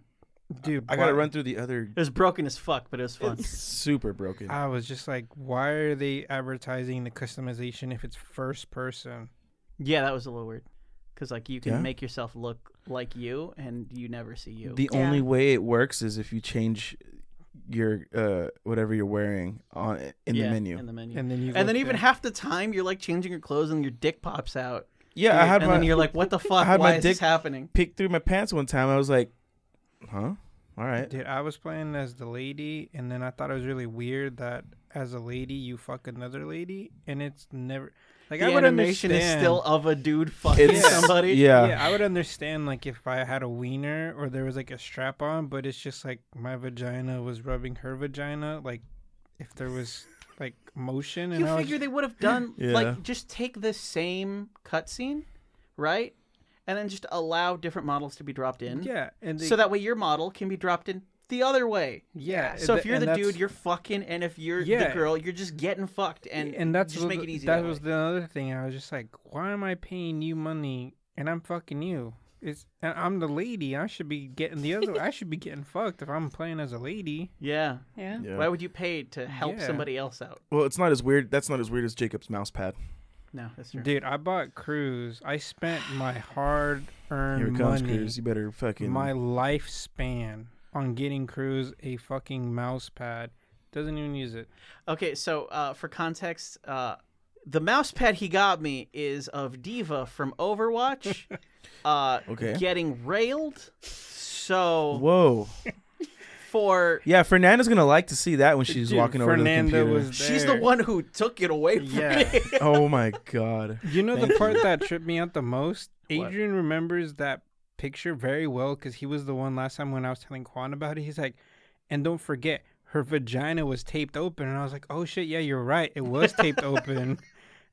S2: dude,
S3: I gotta
S2: why-
S3: run through the other.
S1: It was broken as fuck, but it was fun.
S3: It's super broken.
S2: I was just like, why are they advertising the customization if it's first person?
S1: Yeah, that was a little weird. Because like you can
S3: Yeah.
S1: make yourself look like you, and you never see you.
S3: The
S4: Yeah.
S3: only way it works is if you change your uh whatever you're wearing on in
S1: Yeah,
S3: the menu.
S1: In the menu. And,
S2: And then you
S1: then
S2: look
S1: even
S2: at-
S1: half the time, you're like changing your clothes, and your dick pops out.
S3: yeah, I had
S1: and
S3: my
S1: then you're like, "What the fuck?
S3: had my
S1: Why is this
S3: dick-
S1: happening?"
S3: peeked through my pants one time. I was like, huh, all right.
S2: Dude, I was playing as the lady, and then I thought it was really weird that as a lady you fuck another lady, and it's never like
S1: The
S2: I would
S1: animation
S2: understand.
S1: is still of a dude fucking
S2: It's-
S1: somebody.
S3: Yeah.
S2: yeah, I would understand like if I had a wiener or there was like a strap on, but it's just like my vagina was rubbing her vagina, like if there was like motion. And
S1: You
S2: I was-
S1: figure they would have done
S3: (laughs) Yeah.
S1: like just take the same cutscene, right, and then just allow different models to be dropped in.
S2: yeah, and they,
S1: So that way, your model can be dropped in the other way.
S2: yeah.
S1: So if you're
S2: and
S1: the
S2: that's-
S1: dude, you're fucking, and if you're
S2: Yeah.
S1: the girl, you're just getting fucked, and
S2: and that's
S1: just
S2: what-
S1: make it easy.
S2: That,
S1: That,
S2: was
S1: way.
S2: the other thing. I was just like, why am I paying you money and I'm fucking you? It's and I'm the lady. I should be getting the other. I
S1: (laughs)
S2: should be getting fucked if I'm playing as a lady.
S1: yeah.
S4: Yeah.
S3: Yeah.
S1: Why would you pay to help
S2: Yeah.
S1: somebody else out?
S3: Well, it's not as weird. That's not as weird as Jacob's mouse pad.
S1: No, that's true.
S2: Dude, I bought Cruise. I spent my hard
S3: Here it
S2: earned
S3: comes,
S2: money,
S3: Cruz. You better fucking.
S2: my lifespan on getting Cruise a fucking mouse pad. Doesn't even use it.
S1: Okay, so uh, for context, uh, the mouse pad he got me is of Diva from
S2: (laughs)
S1: Overwatch, uh,
S3: Okay.
S1: getting railed. So
S3: Whoa.
S1: for
S3: Yeah, Fernanda's gonna like to see that when she's
S2: Dude,
S3: walking over
S2: Fernanda
S3: to the computer.
S2: was
S1: she's the
S2: there.
S1: one who took it away from
S2: Yeah.
S1: me.
S3: (laughs) oh my god.
S2: You know
S3: Thank
S2: the part that tripped me out the
S3: (laughs)
S2: most?
S1: What?
S2: Adrian remembers that picture very well because he was the one last time when I was telling Quan about it. He's like, and don't forget,
S3: (laughs)
S2: her vagina was taped open. And I was like, oh shit, yeah, you're right. It was taped open.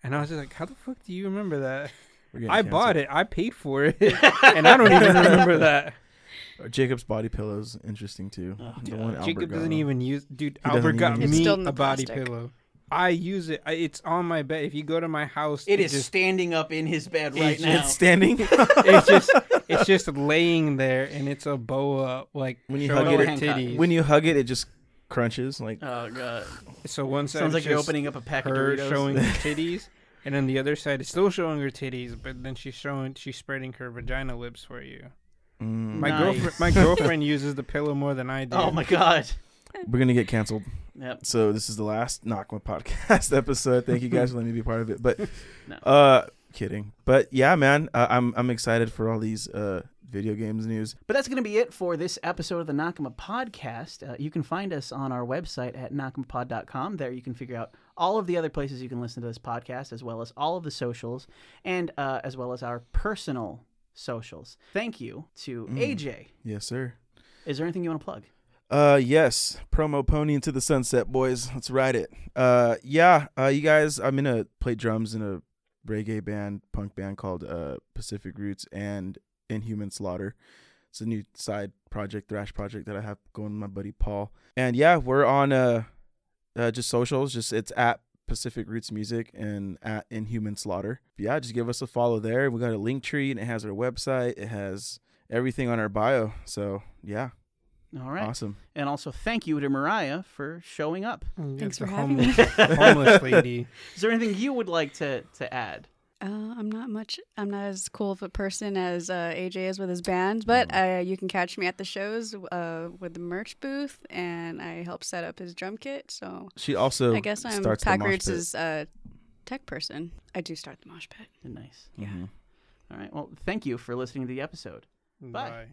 S2: And I was just like, how the fuck do you remember that?
S3: We're getting
S2: I
S3: canceled.
S2: bought it. I paid for
S3: (laughs)
S2: it. and I don't even remember that.
S3: Uh, Jacob's body pillow's interesting too.
S1: Oh,
S3: the
S1: God.
S3: one Albert
S2: Jacob
S3: got
S2: doesn't
S3: him.
S2: even use. Dude,
S3: He doesn't
S2: Albert got
S3: even
S4: use it.
S2: me
S4: It's
S2: a
S4: still in the
S2: body
S4: plastic.
S2: pillow. I use it. I, it's on my bed. If you go to my house,
S1: It is
S2: Just,
S1: standing up in his bed
S2: It
S1: right
S2: just-
S1: now.
S3: It's standing.
S2: it's just. It's just laying there, and it's a boa like
S3: When you
S2: showing
S1: it,
S3: hug
S2: her
S1: it-
S2: titties.
S3: when you hug it, it just crunches. Like
S1: Oh god!
S2: so one side
S1: Sounds
S2: is
S1: like you're
S2: just
S1: opening up a pack of
S2: her
S1: Doritos. (laughs)
S2: showing her titties, and then the other side is still showing her titties, but then she's showing she's spreading her vagina lips for you.
S3: mm,
S2: My
S1: Nice.
S2: girlfriend, my girlfriend uses the pillow more than I do.
S1: oh my god!
S3: we're gonna get canceled.
S1: Yep.
S3: So this is the last Nakma podcast (laughs) episode. Thank you guys for letting me be part of it. But
S1: No.
S3: uh, kidding. But yeah, man, uh, I'm I'm excited for all these uh video games news.
S1: But that's going to be it for this episode of the Nakama Podcast. Uh, you can find us on our website at nakamapod.com. There you can figure out all of the other places you can listen to this podcast, as well as all of the socials, and uh, as well as our personal socials. Thank you to AJ.
S3: Yes, sir.
S1: Is there anything you want to plug?
S3: Uh yes, promo pony into the sunset, boys. Let's ride it. Uh yeah, uh you guys, I'm in a play drums in a reggae band, punk band called uh Pacific Roots and Inhuman Slaughter. It's a new side project, thrash project that I have going with my buddy Paul. And yeah, we're on uh, uh just socials, just it's at Pacific Roots Music and at Inhuman Slaughter. Yeah, just give us a follow there. We got a link tree and it has our website. It has everything on our bio. So yeah,
S1: All right.
S3: awesome.
S1: And also, thank you to Mariah for showing up.
S4: Thanks
S2: It's a
S4: for having
S2: homeless, homeless lady.
S1: Is there anything you would like to, to add?
S4: Uh, I'm not much. I'm not as cool of a person as uh, AJ is with his band, but
S3: Mm-hmm.
S4: uh, you can catch me at the shows uh, with the merch booth, and I help set up his drum kit. So
S3: She also
S4: I guess I'm
S3: starts the mosh pit.
S4: Packard's uh, tech person. I do start the mosh pit.
S1: Nice.
S3: Mhm.
S1: All right. Well, thank you for listening to the episode. (laughs) Bye.
S2: Bye.